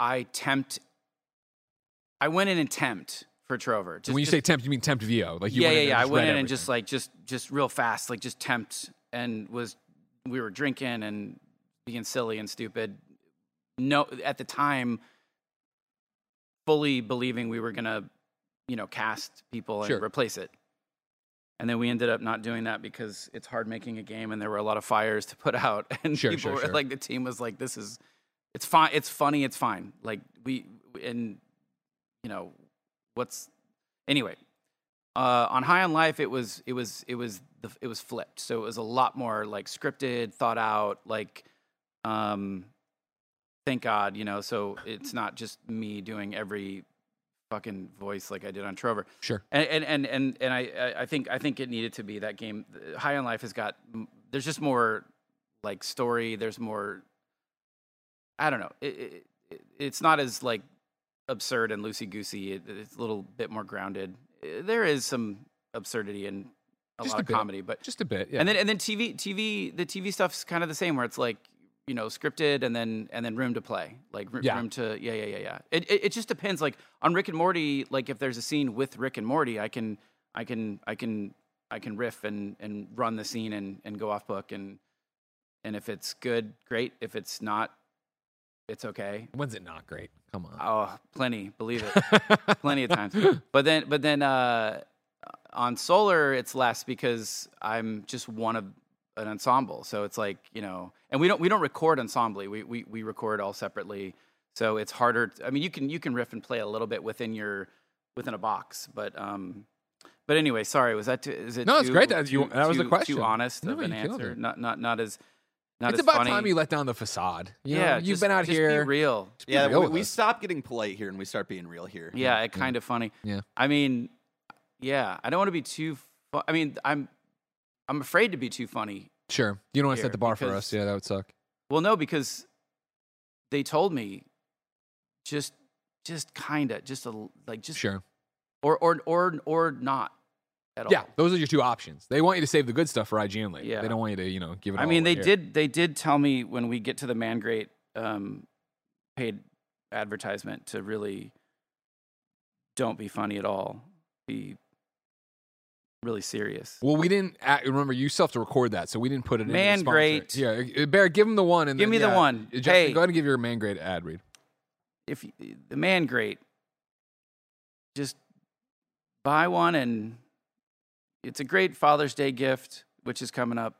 S2: I tempt I went in and tempt for Trover. Just,
S1: when you
S2: just-
S1: say temp, you mean temp VO. Like you
S2: yeah,
S1: went
S2: yeah,
S1: in
S2: yeah. I
S1: and
S2: went in
S1: read
S2: and just like just just real fast, like just tempt and was we were drinking and being silly and stupid. No, at the time, fully believing we were gonna, you know, cast people and
S1: Sure.
S2: replace it. And then we ended up not doing that because it's hard making a game, and there were a lot of fires to put <laughs> out, and
S1: Sure,
S2: people
S1: sure,
S2: were
S1: sure.
S2: like, the team was like, "This is, it's fine, it's funny, it's fine." Like we and you know what's anyway uh, on High on Life, it was it was it was the, it was flipped. So it was a lot more like scripted, thought out. Like, um, thank God, you know. So it's not just me doing every fucking voice like I did on Trover.
S1: Sure.
S2: And and and and, and I I- I think I think it needed to be that game. High on Life has got m- there's just more like story. There's more. I don't know. It, it, it, it's not as like absurd and loosey goosey. It, it's a little bit more grounded. Eh, There is some absurdity and a
S1: Just
S2: lot
S1: a
S2: of
S1: bit.
S2: comedy, but
S1: just a bit. Yeah.
S2: and then and then TV TV the TV stuff's kind of the same where it's like you know scripted and then and then room to play like room,
S1: Yeah.
S2: room to yeah yeah yeah yeah it, it it just depends like on Rick and Morty like if there's a scene with Rick and Morty I can I can I can I can riff and and run the scene and and go off book and and if it's good great if it's not it's okay
S1: When's it not great? Come on.
S2: Oh, plenty, believe
S1: <laughs>
S2: it, plenty of times. But then, but then uh, on solar, it's less because I'm just one of an ensemble. So it's like you know, and we don't we don't record ensemble. We we we record all separately. So it's harder. t- I mean, you can you can riff and play a little bit within your within a box, but um, but anyway, sorry. Was that too, is it?
S1: No, it's
S2: too-
S1: great that you-
S2: too-
S1: that was the
S2: too-
S1: question.
S2: Too honest
S1: No,
S2: of an
S1: you killed
S2: answer.
S1: it.
S2: Not not not as not
S1: it's
S2: as
S1: about
S2: funny.
S1: time you let down the facade. You know,
S2: yeah,
S1: you've
S2: just-
S1: been out
S2: just
S1: here.
S2: Be real.
S1: be
S3: Yeah,
S1: real
S3: we,
S1: with
S3: we
S1: us.
S3: stop getting polite here and we start being real here.
S2: Yeah, it kind of funny.
S1: Yeah.
S2: I mean, yeah, I don't want to be too. Fu- I mean, I'm, I'm afraid to be too funny.
S1: sure. You don't want to
S2: here
S1: set the bar for
S2: because-
S1: us. Yeah, that would suck.
S2: Well, no, because they told me, just, just kinda, just a l- like, just
S1: Sure.
S2: or or or or not at all.
S1: Yeah, those are your two options. They want you to save the good stuff for IGN later.
S2: Yeah.
S1: They don't want you to, you know, give it.
S2: I
S1: all
S2: mean,
S1: away
S2: they
S1: here.
S2: did. They did tell me when we get to the man great um, paid advertisement to really don't be funny at all. Be really serious.
S1: Well, we didn't act, remember you still have to record that, so we didn't put it. in the
S2: Man
S1: sponsor.
S2: Great.
S1: Yeah, uh, Barrett, give him the one. And
S2: Give
S1: then,
S2: me the
S1: yeah,
S2: one.
S1: Justin,
S2: Hey.
S1: go ahead and give your man grade ad read.
S2: if you, the man great, just buy one and it's a great Father's Day gift, which is coming up.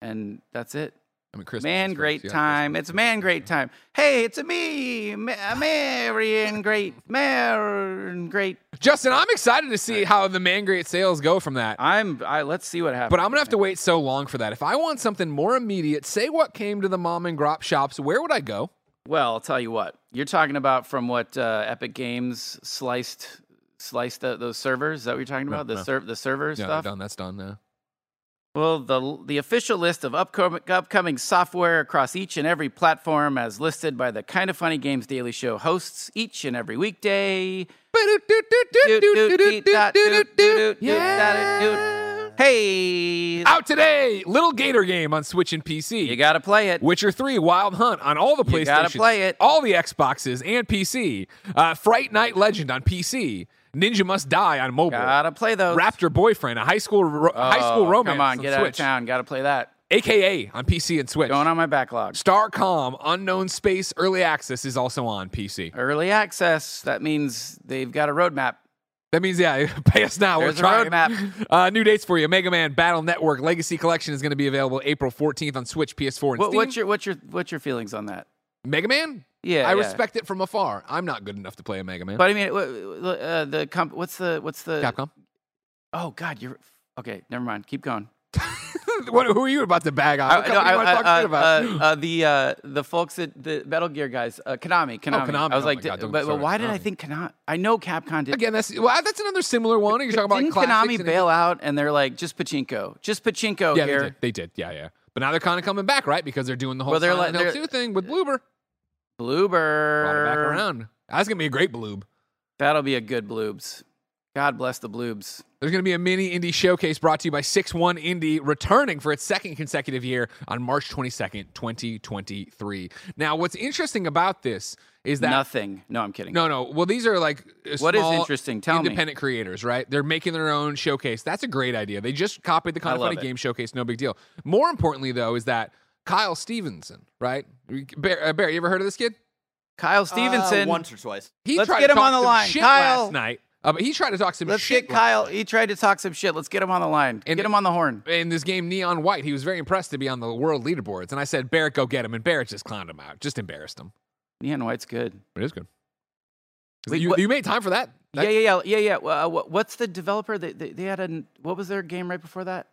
S2: And that's it.
S1: I mean, Christmas. is
S2: man
S1: first,
S2: great
S1: yeah,
S2: time.
S1: Christmas.
S2: It's man great time. Hey, it's a me, Ma- Mary and great, Mary and great.
S1: Justin, I'm excited to see how the man grade sales go from that.
S2: I'm. I let's see what happens.
S1: But I'm gonna have to wait so long for that. If I want something more immediate, say what came to the mom and grop shops, where would I go?
S2: Well, I'll tell you what. You're talking about from what uh, Epic Games sliced sliced tho- those servers. Is that what you're talking about? The ser- the server
S1: Yeah,
S2: stuff.
S1: done. That's done now.
S2: Well, the the official list of upcoming upcoming software across each and every platform, as listed by the Kind of Funny Games Daily Show hosts each and every weekday. Doot, doot, doot, doot, doot, doot, doot, doot, doot. Hey,
S1: Out today, Little Gator Game on Switch and PC.
S2: you gotta play it.
S1: Witcher 3 Wild Hunt on all the PlayStation,
S2: gotta play it.
S1: all the Xboxes and PC. Uh, Fright Night Legend on PC. Ninja Must Die on mobile.
S2: Gotta play those.
S1: Raptor Boyfriend, a high school ro- high
S2: Oh,
S1: school romance.
S2: Come
S1: on
S2: on, get
S1: Switch.
S2: out of town. Gotta play that.
S1: AKA on PC and Switch.
S2: Going on my backlog.
S1: Starcom Unknown Space Early Access is also on PC.
S2: Early access. That means they've got a roadmap.
S1: That means, yeah, <laughs> pay us now.
S2: There's a
S1: We're trying.
S2: roadmap.
S1: <laughs> Uh, new dates for you. Mega Man Battle Network Legacy Collection is going to be available April 14th on Switch, PS4, and
S2: What,
S1: Steam.
S2: what's your what's your what's your feelings on that?
S1: Mega Man?
S2: Yeah,
S1: I
S2: yeah.
S1: respect it from afar. I'm not good enough to play a Mega Man.
S2: But uh, I mean, wh- wh- uh, the comp- what's the what's the
S1: Capcom. <laughs>
S2: Oh God, you're okay. Never mind. Keep going.
S1: what, who are you about to bag on? What
S2: no,
S1: company you wanna talk
S2: uh,
S1: shit about?
S2: uh, uh, the uh, the folks at the Metal Gear guys, uh, Konami, Konami.
S1: Konami.
S2: I was
S1: Oh
S2: like,
S1: my God,
S2: d-
S1: don't
S2: but,
S1: start
S2: but
S1: with
S2: why did I
S1: Konami.
S2: think Konami? I know Capcom
S1: <gasps>
S2: did.
S1: Again, that's well, that's another similar one. You're talking about
S2: Didn't
S1: like classics
S2: Konami
S1: and-
S2: bail out and they're like just pachinko, just pachinko
S1: Yeah,
S2: here?
S1: they did. They did. Yeah, yeah. But now they're kind of coming back, right? Because they're doing the whole
S2: Well, they're
S1: Silent
S2: like-
S1: Hill
S2: they're-
S1: 2 thing with Bloober. Brought it back
S2: Bloober.
S1: around. That's going to be a great Bloob.
S2: That'll be a good bloobs. God bless the bloobs.
S1: There's going to be a mini indie showcase brought to you by 61 Indie, returning for its second consecutive year on March 22nd, 2023. Now, what's interesting about this is that
S2: Nothing. No, I'm kidding.
S1: No, no. Well, these are like uh,
S2: What is
S1: small,
S2: interesting? Tell me.
S1: independent creators, right? They're making their own showcase. That's a great idea. They just copied the kind of
S2: love
S1: funny
S2: it.
S1: game showcase. No big deal. More importantly, though, is that Kyle Stevenson, right? Bear, uh, Bear you ever heard of this kid?
S2: Kyle
S3: Uh,
S2: Stevenson.
S3: once or twice.
S1: He
S2: Let's
S1: tried
S2: get
S1: to
S2: him
S1: talk
S2: on the
S1: some
S2: line.
S1: Shit
S2: Kyle.
S1: last night. Uh, but he tried to talk some
S2: Let's
S1: shit.
S2: get Kyle. He tried to talk some shit. Let's get him on the line.
S1: And-
S2: get him on the horn.
S1: in this game Neon White, he was very impressed to be on the world leaderboards. And I said, Barrett, go get him. And Barrett just clowned him out, just embarrassed him.
S2: Neon White's good.
S1: It is good.
S2: Wait,
S1: you,
S2: what-
S1: you made time for that? That-
S2: yeah, yeah, yeah, yeah, yeah. Uh, what, what's the developer? They, they, they had an what was their game right before that?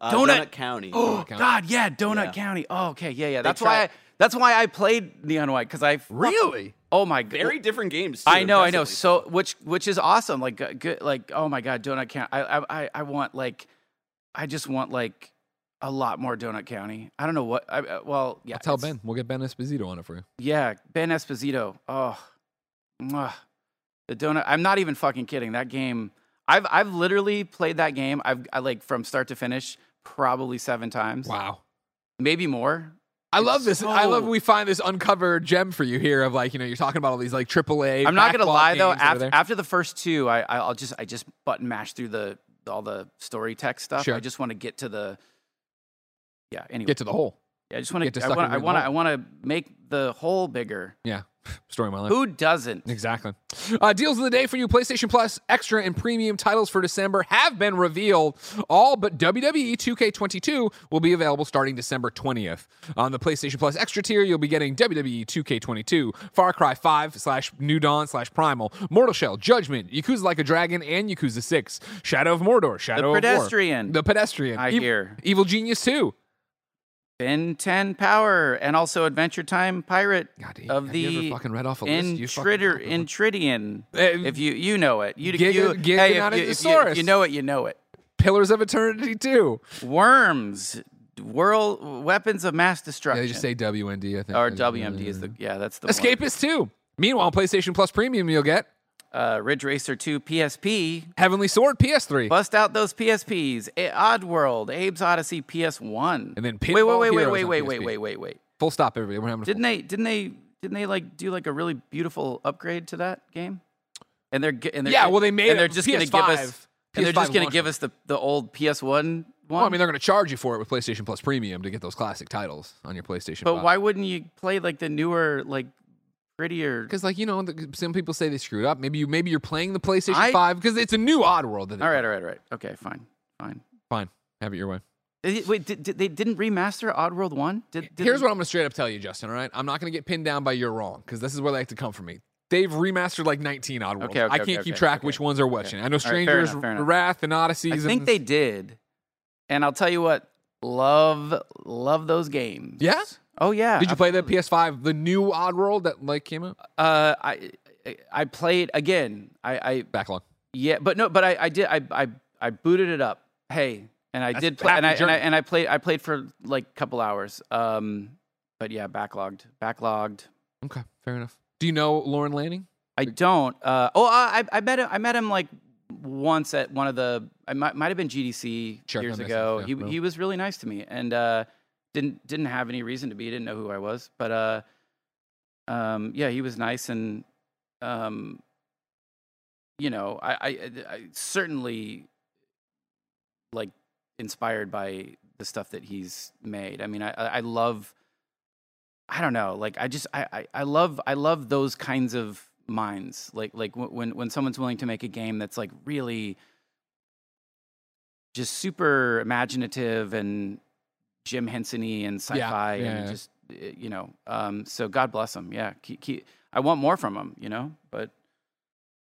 S3: Uh,
S2: Donut-
S3: County.
S2: <gasps> Oh
S1: County.
S2: God, yeah, Donut
S3: Yeah.
S2: County. Oh, okay, yeah, yeah.
S3: They
S2: That's why.
S3: tried-
S2: I, that's why I played Neon White because I fuck-
S1: Really?
S2: Oh my God.
S3: Very different games. Too,
S2: I know, I know.
S3: impressively.
S2: So which which is awesome. Like uh, good. Like oh my God, Donut County. I I I- I want like, I just want like a lot more Donut County. I don't know what. I, uh, well, yeah.
S1: I'll tell
S2: it's-
S1: Ben. We'll get Ben Esposito on it for you.
S2: Yeah, Ben Esposito. Oh, mwah. the donut. I'm not even fucking kidding. That game. I've I've literally played that game. I've I, like from start to finish probably seven times,
S1: Wow.
S2: maybe more.
S1: I love this. I love
S2: so-
S1: we find this uncovered gem for you here of like, you know, you're talking about all these like AAA.
S2: I'm not gonna
S1: backlog
S2: lie though.
S1: games that are
S2: After,
S1: there.
S2: after the first two, I I'll just I just button mash through the all the story text stuff.
S1: Sure.
S2: I just want to get to the. Yeah. Anyway,
S1: get to the hole.
S2: I just want
S1: get to
S2: to. I
S1: suck
S2: want.
S1: into
S2: I
S1: the
S2: want.
S1: hole.
S2: I want to make the hole bigger.
S1: Yeah. <laughs> Story of my life.
S2: Who doesn't?
S1: Exactly. Uh, deals of the day for you PlayStation Plus extra and premium titles for December have been revealed. All but E WWE 2K22 will be available starting December 20th. On the PlayStation Plus extra tier, you'll be getting E WWE 2K22, Far Cry 5 slash New Dawn slash Primal, Mortal Shell, Judgment, Yakuza Like a Dragon, and Yakuza 6, Shadow of Mordor, Shadow of War,
S2: Pedestrian.
S1: the Pedestrian,
S2: I
S1: Ev-
S2: hear.
S1: Evil Genius 2.
S2: Ben 10 Power and also Adventure Time Pirate
S1: God, have
S2: of
S1: you ever
S2: the
S1: fucking read off a list? You fucking
S2: Intrider,
S1: fucking-
S2: Intridian.
S1: Eh,
S2: if you you know it, you,
S1: Giga-
S2: you hey, if, you, if you, if
S1: Giganotosaurus.
S2: you know it, you know it.
S1: Pillars of Eternity 2.
S2: Worms, world weapons of mass
S1: Yeah,
S2: destruction.
S1: they just say uh, WND, I think.
S2: or WMD is the yeah, that's the one.
S1: Escapist 2. Meanwhile, PlayStation Plus Premium, you'll get
S2: Uh, Ridge Racer 2 PSP.
S1: Heavenly Sword PS3.
S2: Bust out those PSPs. A- Odd World, Abe's Odyssey PS1.
S1: And then
S2: wait, wait,
S1: Pinball
S2: wait, wait,
S1: Heroes
S2: wait,
S1: on
S2: wait,
S1: PSP.
S2: wait, wait, wait, wait.
S1: Full stop, everybody. We're having a
S2: Didn't they? Didn't they? Didn't they like do like a really beautiful upgrade to that game? And they're ge- and
S1: full-
S2: they're
S1: yeah,
S2: ge-
S1: well, they made
S2: and
S1: it
S2: they're just
S1: PS5.
S2: gonna give us and they're
S1: PS5
S2: just gonna
S1: launch.
S2: give us the the old PS One one.
S1: Well, I mean, they're going to charge you for it with PlayStation Plus Premium to get those classic titles on your PlayStation.
S2: but why wouldn't you play like the newer like prettier?
S1: Because, like you know, the, some people say they screwed up. Maybe you, maybe you're playing the PlayStation
S2: I-
S1: Five because it's a new Odd World. That they-
S2: All right, all right, all right. Okay, fine, fine.
S1: fine, have it your way.
S2: They- Wait, did, did, they didn't remaster Oddworld One? Did, did
S1: Here's what I'm going to straight up tell you, Justin. All right, I'm not going to get pinned down by you're wrong because this is where they like to come from me. They've remastered like 19 Odd Worlds.
S2: Okay, okay,
S1: I can't
S2: okay,
S1: keep
S2: okay,
S1: track
S2: okay.
S1: which ones are which. I know
S2: fair
S1: Strangers,
S2: enough, fair enough.
S1: Wrath, and Odyssey.
S2: I think they did, and I'll tell you what. Love, love those games.
S1: Yeah?
S2: Oh yeah.
S1: Did you play the PS5, the new Oddworld that like came out?
S2: Uh, I, I- I played again. I, I
S1: Backlog.
S2: Yeah, but no, but I, I did I, I I booted it up. Hey, and I
S1: That's
S2: did play,
S1: half
S2: and
S1: the
S2: I, and I
S1: journey.
S2: and I played I played for like a couple hours. Um, but yeah, backlogged, backlogged.
S1: Okay, fair enough. Do you know Lauren Lanning?
S2: I don't. Uh, oh, I I met him. I met him like once at one of the. I might might have been GDC
S1: Sure,
S2: years
S1: that makes
S2: ago.
S1: sense,
S2: he
S1: yeah, no.
S2: he was really nice to me and uh, didn't didn't have any reason to be. Didn't know who I was, but uh, um, yeah, he was nice and um, you know, I I, I certainly like inspired by the stuff that he's made. I mean, I I I love I don't know, like I just I I, I love I love those kinds of minds. Like like wh- when when someone's willing to make a game that's like really just super imaginative and Jim Hensony and sci-fi
S1: yeah,
S2: and
S1: yeah.
S2: just eh, you know. Um, so God bless him. Yeah, keep, keep, I want more from him. You know, but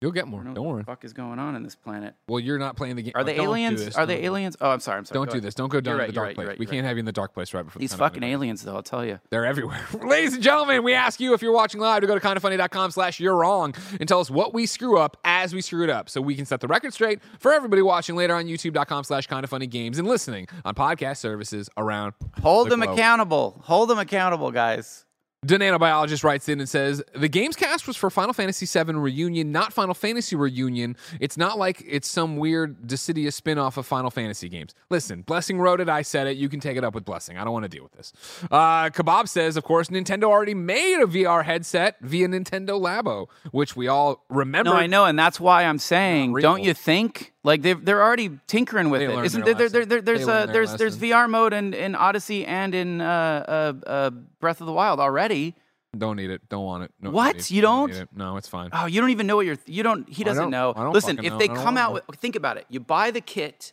S1: You'll get
S2: I
S1: more.
S2: don't know
S1: Don't
S2: what
S1: worry.
S2: the fuck is going on in this planet?
S1: Well, you're not playing the game.
S2: Are
S1: oh,
S2: they
S1: don't do
S2: aliens?
S1: this,
S2: Are
S1: don't
S2: they
S1: do-
S2: aliens? Oh, I'm sorry. I'm sorry.
S1: Don't
S2: Go
S1: do
S2: ahead.
S1: this. Don't go down
S2: You're
S1: to the
S2: right, you're
S1: dark
S2: right,
S1: place.
S2: you're right,
S1: we
S2: you're
S1: can't have you in the dark place right before the
S2: These
S1: sun, I'm
S2: fucking
S1: gonna-
S2: aliens, though. I'll tell you.
S1: They're everywhere. <laughs> Ladies and gentlemen, we ask you if you're watching live to go to kindoffunny.com slash you're wrong and tell us what we screw up as we screw it up so we can set the record straight for everybody watching later on youtube.com slash kindoffunnygames and listening on podcast services around
S2: Hold
S1: the
S2: them
S1: globe. accountable.
S2: accountable. Hold them accountable, guys.
S1: The nanobiologist writes in and says the game's cast was for Final Fantasy VII Reunion, not Final Fantasy Reunion. It's not like it's some weird Dissidia spin-off of Final Fantasy games. Listen, Blessing wrote it. I said it. You can take it up with Blessing. I don't want to deal with this. Uh, Kebab says, of course, Nintendo already made a VR headset via Nintendo Labo, which we all remember.
S2: No, I know, and that's why I'm saying,
S1: real.
S2: don't you think? Like they're they're already tinkering with
S1: They
S2: it.
S1: learned
S2: Isn't
S1: their
S2: there, there, there,
S1: lesson. They
S2: there- there's
S1: learned
S2: a,
S1: their
S2: there's there's
S1: lesson.
S2: VR mode in, in Odyssey and in uh, uh, uh, Breath of the Wild already.
S1: Don't need it. Don't want it. No,
S2: What?
S1: need it.
S2: You don't?
S1: need it. No, it's fine.
S2: Oh, you don't even know what you're. You don't. He
S1: I
S2: doesn't
S1: don't-
S2: know.
S1: I don't
S2: Listen,
S1: fucking
S2: if
S1: know.
S2: they
S1: I don't
S2: come out
S1: know.
S2: with, think about it. You buy the kit.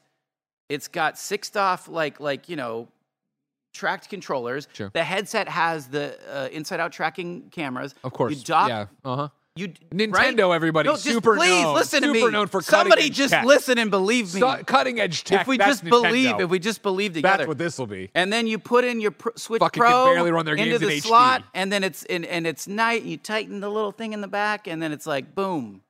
S2: It's got six off like like you know, tracked controllers.
S1: Sure.
S2: The headset has the uh, inside out tracking cameras.
S1: Of course.
S2: You dock.
S1: yeah. Uh huh.
S2: You right?
S1: Nintendo, everybody.
S2: No, just
S1: super
S2: please
S1: known.
S2: listen to
S1: super
S2: me.
S1: Known for cutting
S2: Somebody
S1: edge
S2: just
S1: tech.
S2: listen and believe me.
S1: So- cutting edge tech.
S2: if we
S1: that's
S2: just believe,
S1: Nintendo.
S2: if we just believe
S1: that's
S2: together,
S1: what this will be.
S2: and then you put in your pr- Switch
S1: Fucking can
S2: Pro
S1: barely run their
S2: into
S1: games in
S2: the
S1: HD.
S2: slot, and then it's and, and it's night. And you tighten the little thing in the back, and then it's like boom,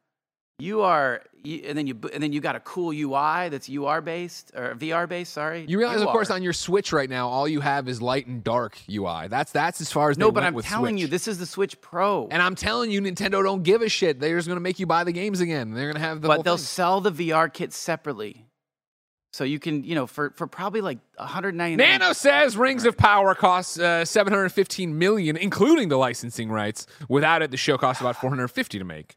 S2: you are. You, and then you bo- and then you got a cool UI that's UR based or VR based. Sorry,
S1: You realize, of course,
S2: UR.
S1: on your Switch right now, all you have is light and dark UI. That's that's as far as
S2: no,
S1: they
S2: but
S1: went
S2: I'm
S1: with
S2: telling
S1: Switch.
S2: you, this is the Switch Pro,
S1: And I'm telling you, Nintendo don't give a shit. They're just gonna make you buy the games again. They're gonna have the. whole
S2: but they'll
S1: thing.
S2: sell the VR kit separately, so you can you know for for probably like 199.
S1: Nano says Rings of Power costs uh, 715 million, including the licensing rights. Without it, the show costs about 450 to make.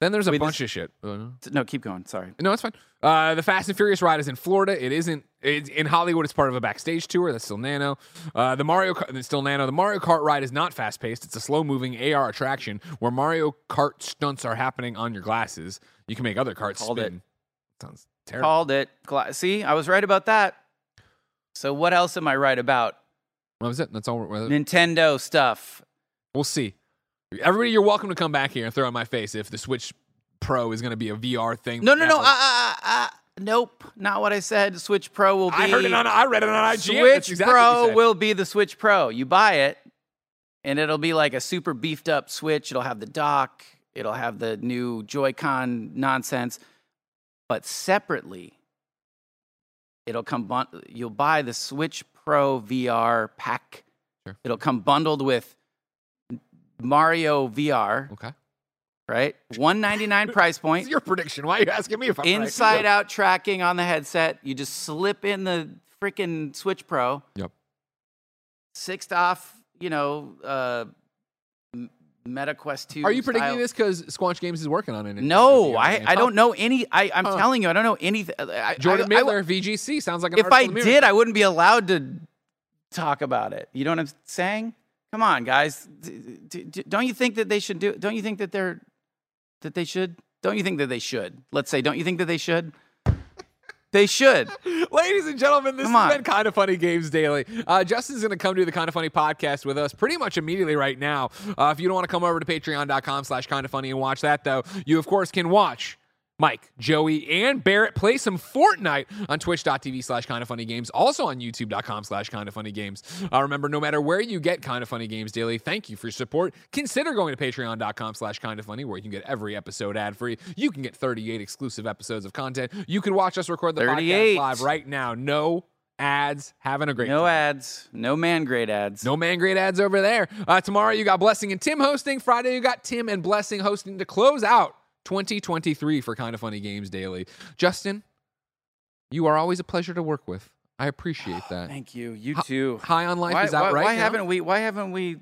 S1: Then there's a
S2: Wait,
S1: bunch of shit. Uh,
S2: No, keep going. Sorry.
S1: No, it's fine. Uh, the Fast and Furious ride is in Florida. It isn't it's in Hollywood. It's part of a backstage tour. That's still Nano. Uh, the Mario Kart, it's still Nano. The Mario Kart ride is not fast paced. It's a slow moving AR attraction where Mario Kart stunts are happening on your glasses. You can make other carts
S2: Called it.
S1: spin. Sounds terrible.
S2: Called it. Gla- See, I was right about that. So what else am I right about?
S1: That was it. That's all. We're,
S2: Nintendo stuff.
S1: we'll see. Everybody, you're welcome to come back here and throw in my face if the Switch Pro is going to be a VR thing.
S2: No, no, no.
S1: forever.
S2: Uh, uh, uh, nope, not what I said. Switch Pro will be.
S1: I heard it on. I read it on IGN. That's
S2: Switch
S1: exactly what you
S2: Pro
S1: said.
S2: will be the Switch Pro. You buy it, and it'll be like a super beefed up Switch. It'll have the dock. It'll have the new Joy-Con nonsense. But separately, it'll come. Bun- you'll buy the Switch Pro VR pack.
S1: Sure.
S2: It'll come bundled with Mario VR.
S1: Okay. <laughs>
S2: Right, one ninety nine price point
S1: It's your prediction. Why are you asking me if I'm right?
S2: inside out tracking on the headset. You just slip in the freaking Switch Pro.
S1: Yep.
S2: Sixth off, you know, uh, M- Meta Quest 2.
S1: Are you predicting
S2: style.
S1: this because Squanch Games is working on it? Oh.
S2: No, I, I don't know any. I, I'm
S1: Huh.
S2: telling you, I don't know anything. I,
S1: Jordan
S2: I, I-
S1: Miller, VGC sounds like an
S2: if I
S1: article in the Mirror.
S2: did, I wouldn't be allowed to talk about it. You know what I'm saying? Come on, guys. D- d- d- Don't you think that they should do? Don't you think that they're that they should? Don't you think that they should? Let's say, don't you think that they should? They should.
S1: Ladies and gentlemen, this
S2: Come
S1: has
S2: on.
S1: been Kind of Funny Games Daily. Uh, Justin's going to come do the Kind of Funny podcast with us pretty much immediately right now. Uh, if you don't want to come over to patreon.com slash kind of funny and watch that, though, you, of course, can watch Mike, Joey, and Barrett play some Fortnite on twitch.tv slash kind of funny games, also on youtube.com slash kind of funny games. Uh, remember, no matter where you get kind of funny games daily, thank you for your support. Consider going to patreon.com slash kind of funny, where you can get every episode ad free. You can get 38 exclusive episodes of content. You can watch us record the podcast
S2: 38.
S1: live right now. No ads. Having a <laughs> great
S2: No
S1: time.
S2: ads. No man grade ads.
S1: No man grade ads over there. Uh, tomorrow you got Blessing and Tim hosting. Friday you got Tim and Blessing hosting to close out 2023 for Kind of Funny Games Daily. Justin, you are always a pleasure to work with. I appreciate that.
S2: Thank you. You too.
S1: High on Life
S2: why
S1: is out
S2: why-
S1: right
S2: why
S1: now.
S2: haven't we? Why haven't we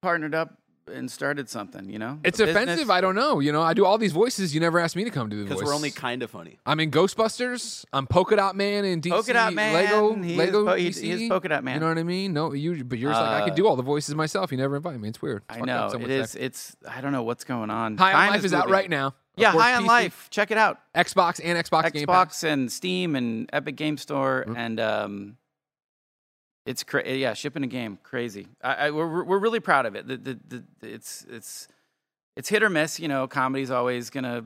S2: partnered up and started something, you know?
S1: It's
S2: A business-
S1: offensive. I don't know. You know, I do all these voices. You never asked me to come do the voice.
S3: because we're only kind of funny.
S1: I'm in Ghostbusters. I'm Polka Dot Man in DC.
S2: Polka Dot Man.
S1: Lego.
S2: He is
S1: Lego.
S2: po- he-
S1: DC.
S2: he is Polka Dot Man.
S1: You know what I mean? No, you. But yours like I could
S2: Uh,
S1: do all the voices myself. You never invite me. It's weird. It's
S2: I
S1: fucked
S2: know.
S1: up.
S2: It
S1: Someone's
S2: is. It's, I don't know what's going on.
S1: back. High
S2: Time
S1: on Life is, out
S2: moving.
S1: right now. Of
S2: Yeah,
S1: course,
S2: High on
S1: PC,
S2: Life. Check it out.
S1: Xbox and Xbox, Game Pass.
S2: Xbox and Steam and Epic Game Store
S1: Mhm.
S2: and um, it's cra- yeah, shipping a game crazy. I, I we're we're really proud of it. The, the, the, it's it's it's hit or miss. You know, comedy's always gonna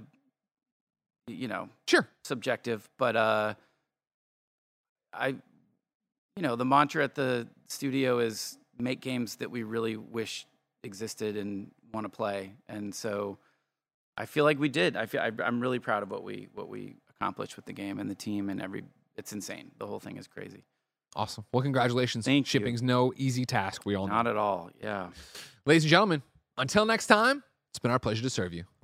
S2: you know
S1: Sure.
S2: subjective, but uh, I you know the mantra at the studio is make games that we really wish existed and want to play, and so. I feel like we did. I feel I, I'm really proud of what we what we accomplished with the game and the team and every. It's insane. The whole thing is crazy.
S1: Awesome. Well, congratulations.
S2: Thank you.
S1: Shipping's no easy task. We all know.
S2: Not at all. Yeah.
S1: Ladies and gentlemen, until next time, it's been our pleasure to serve you.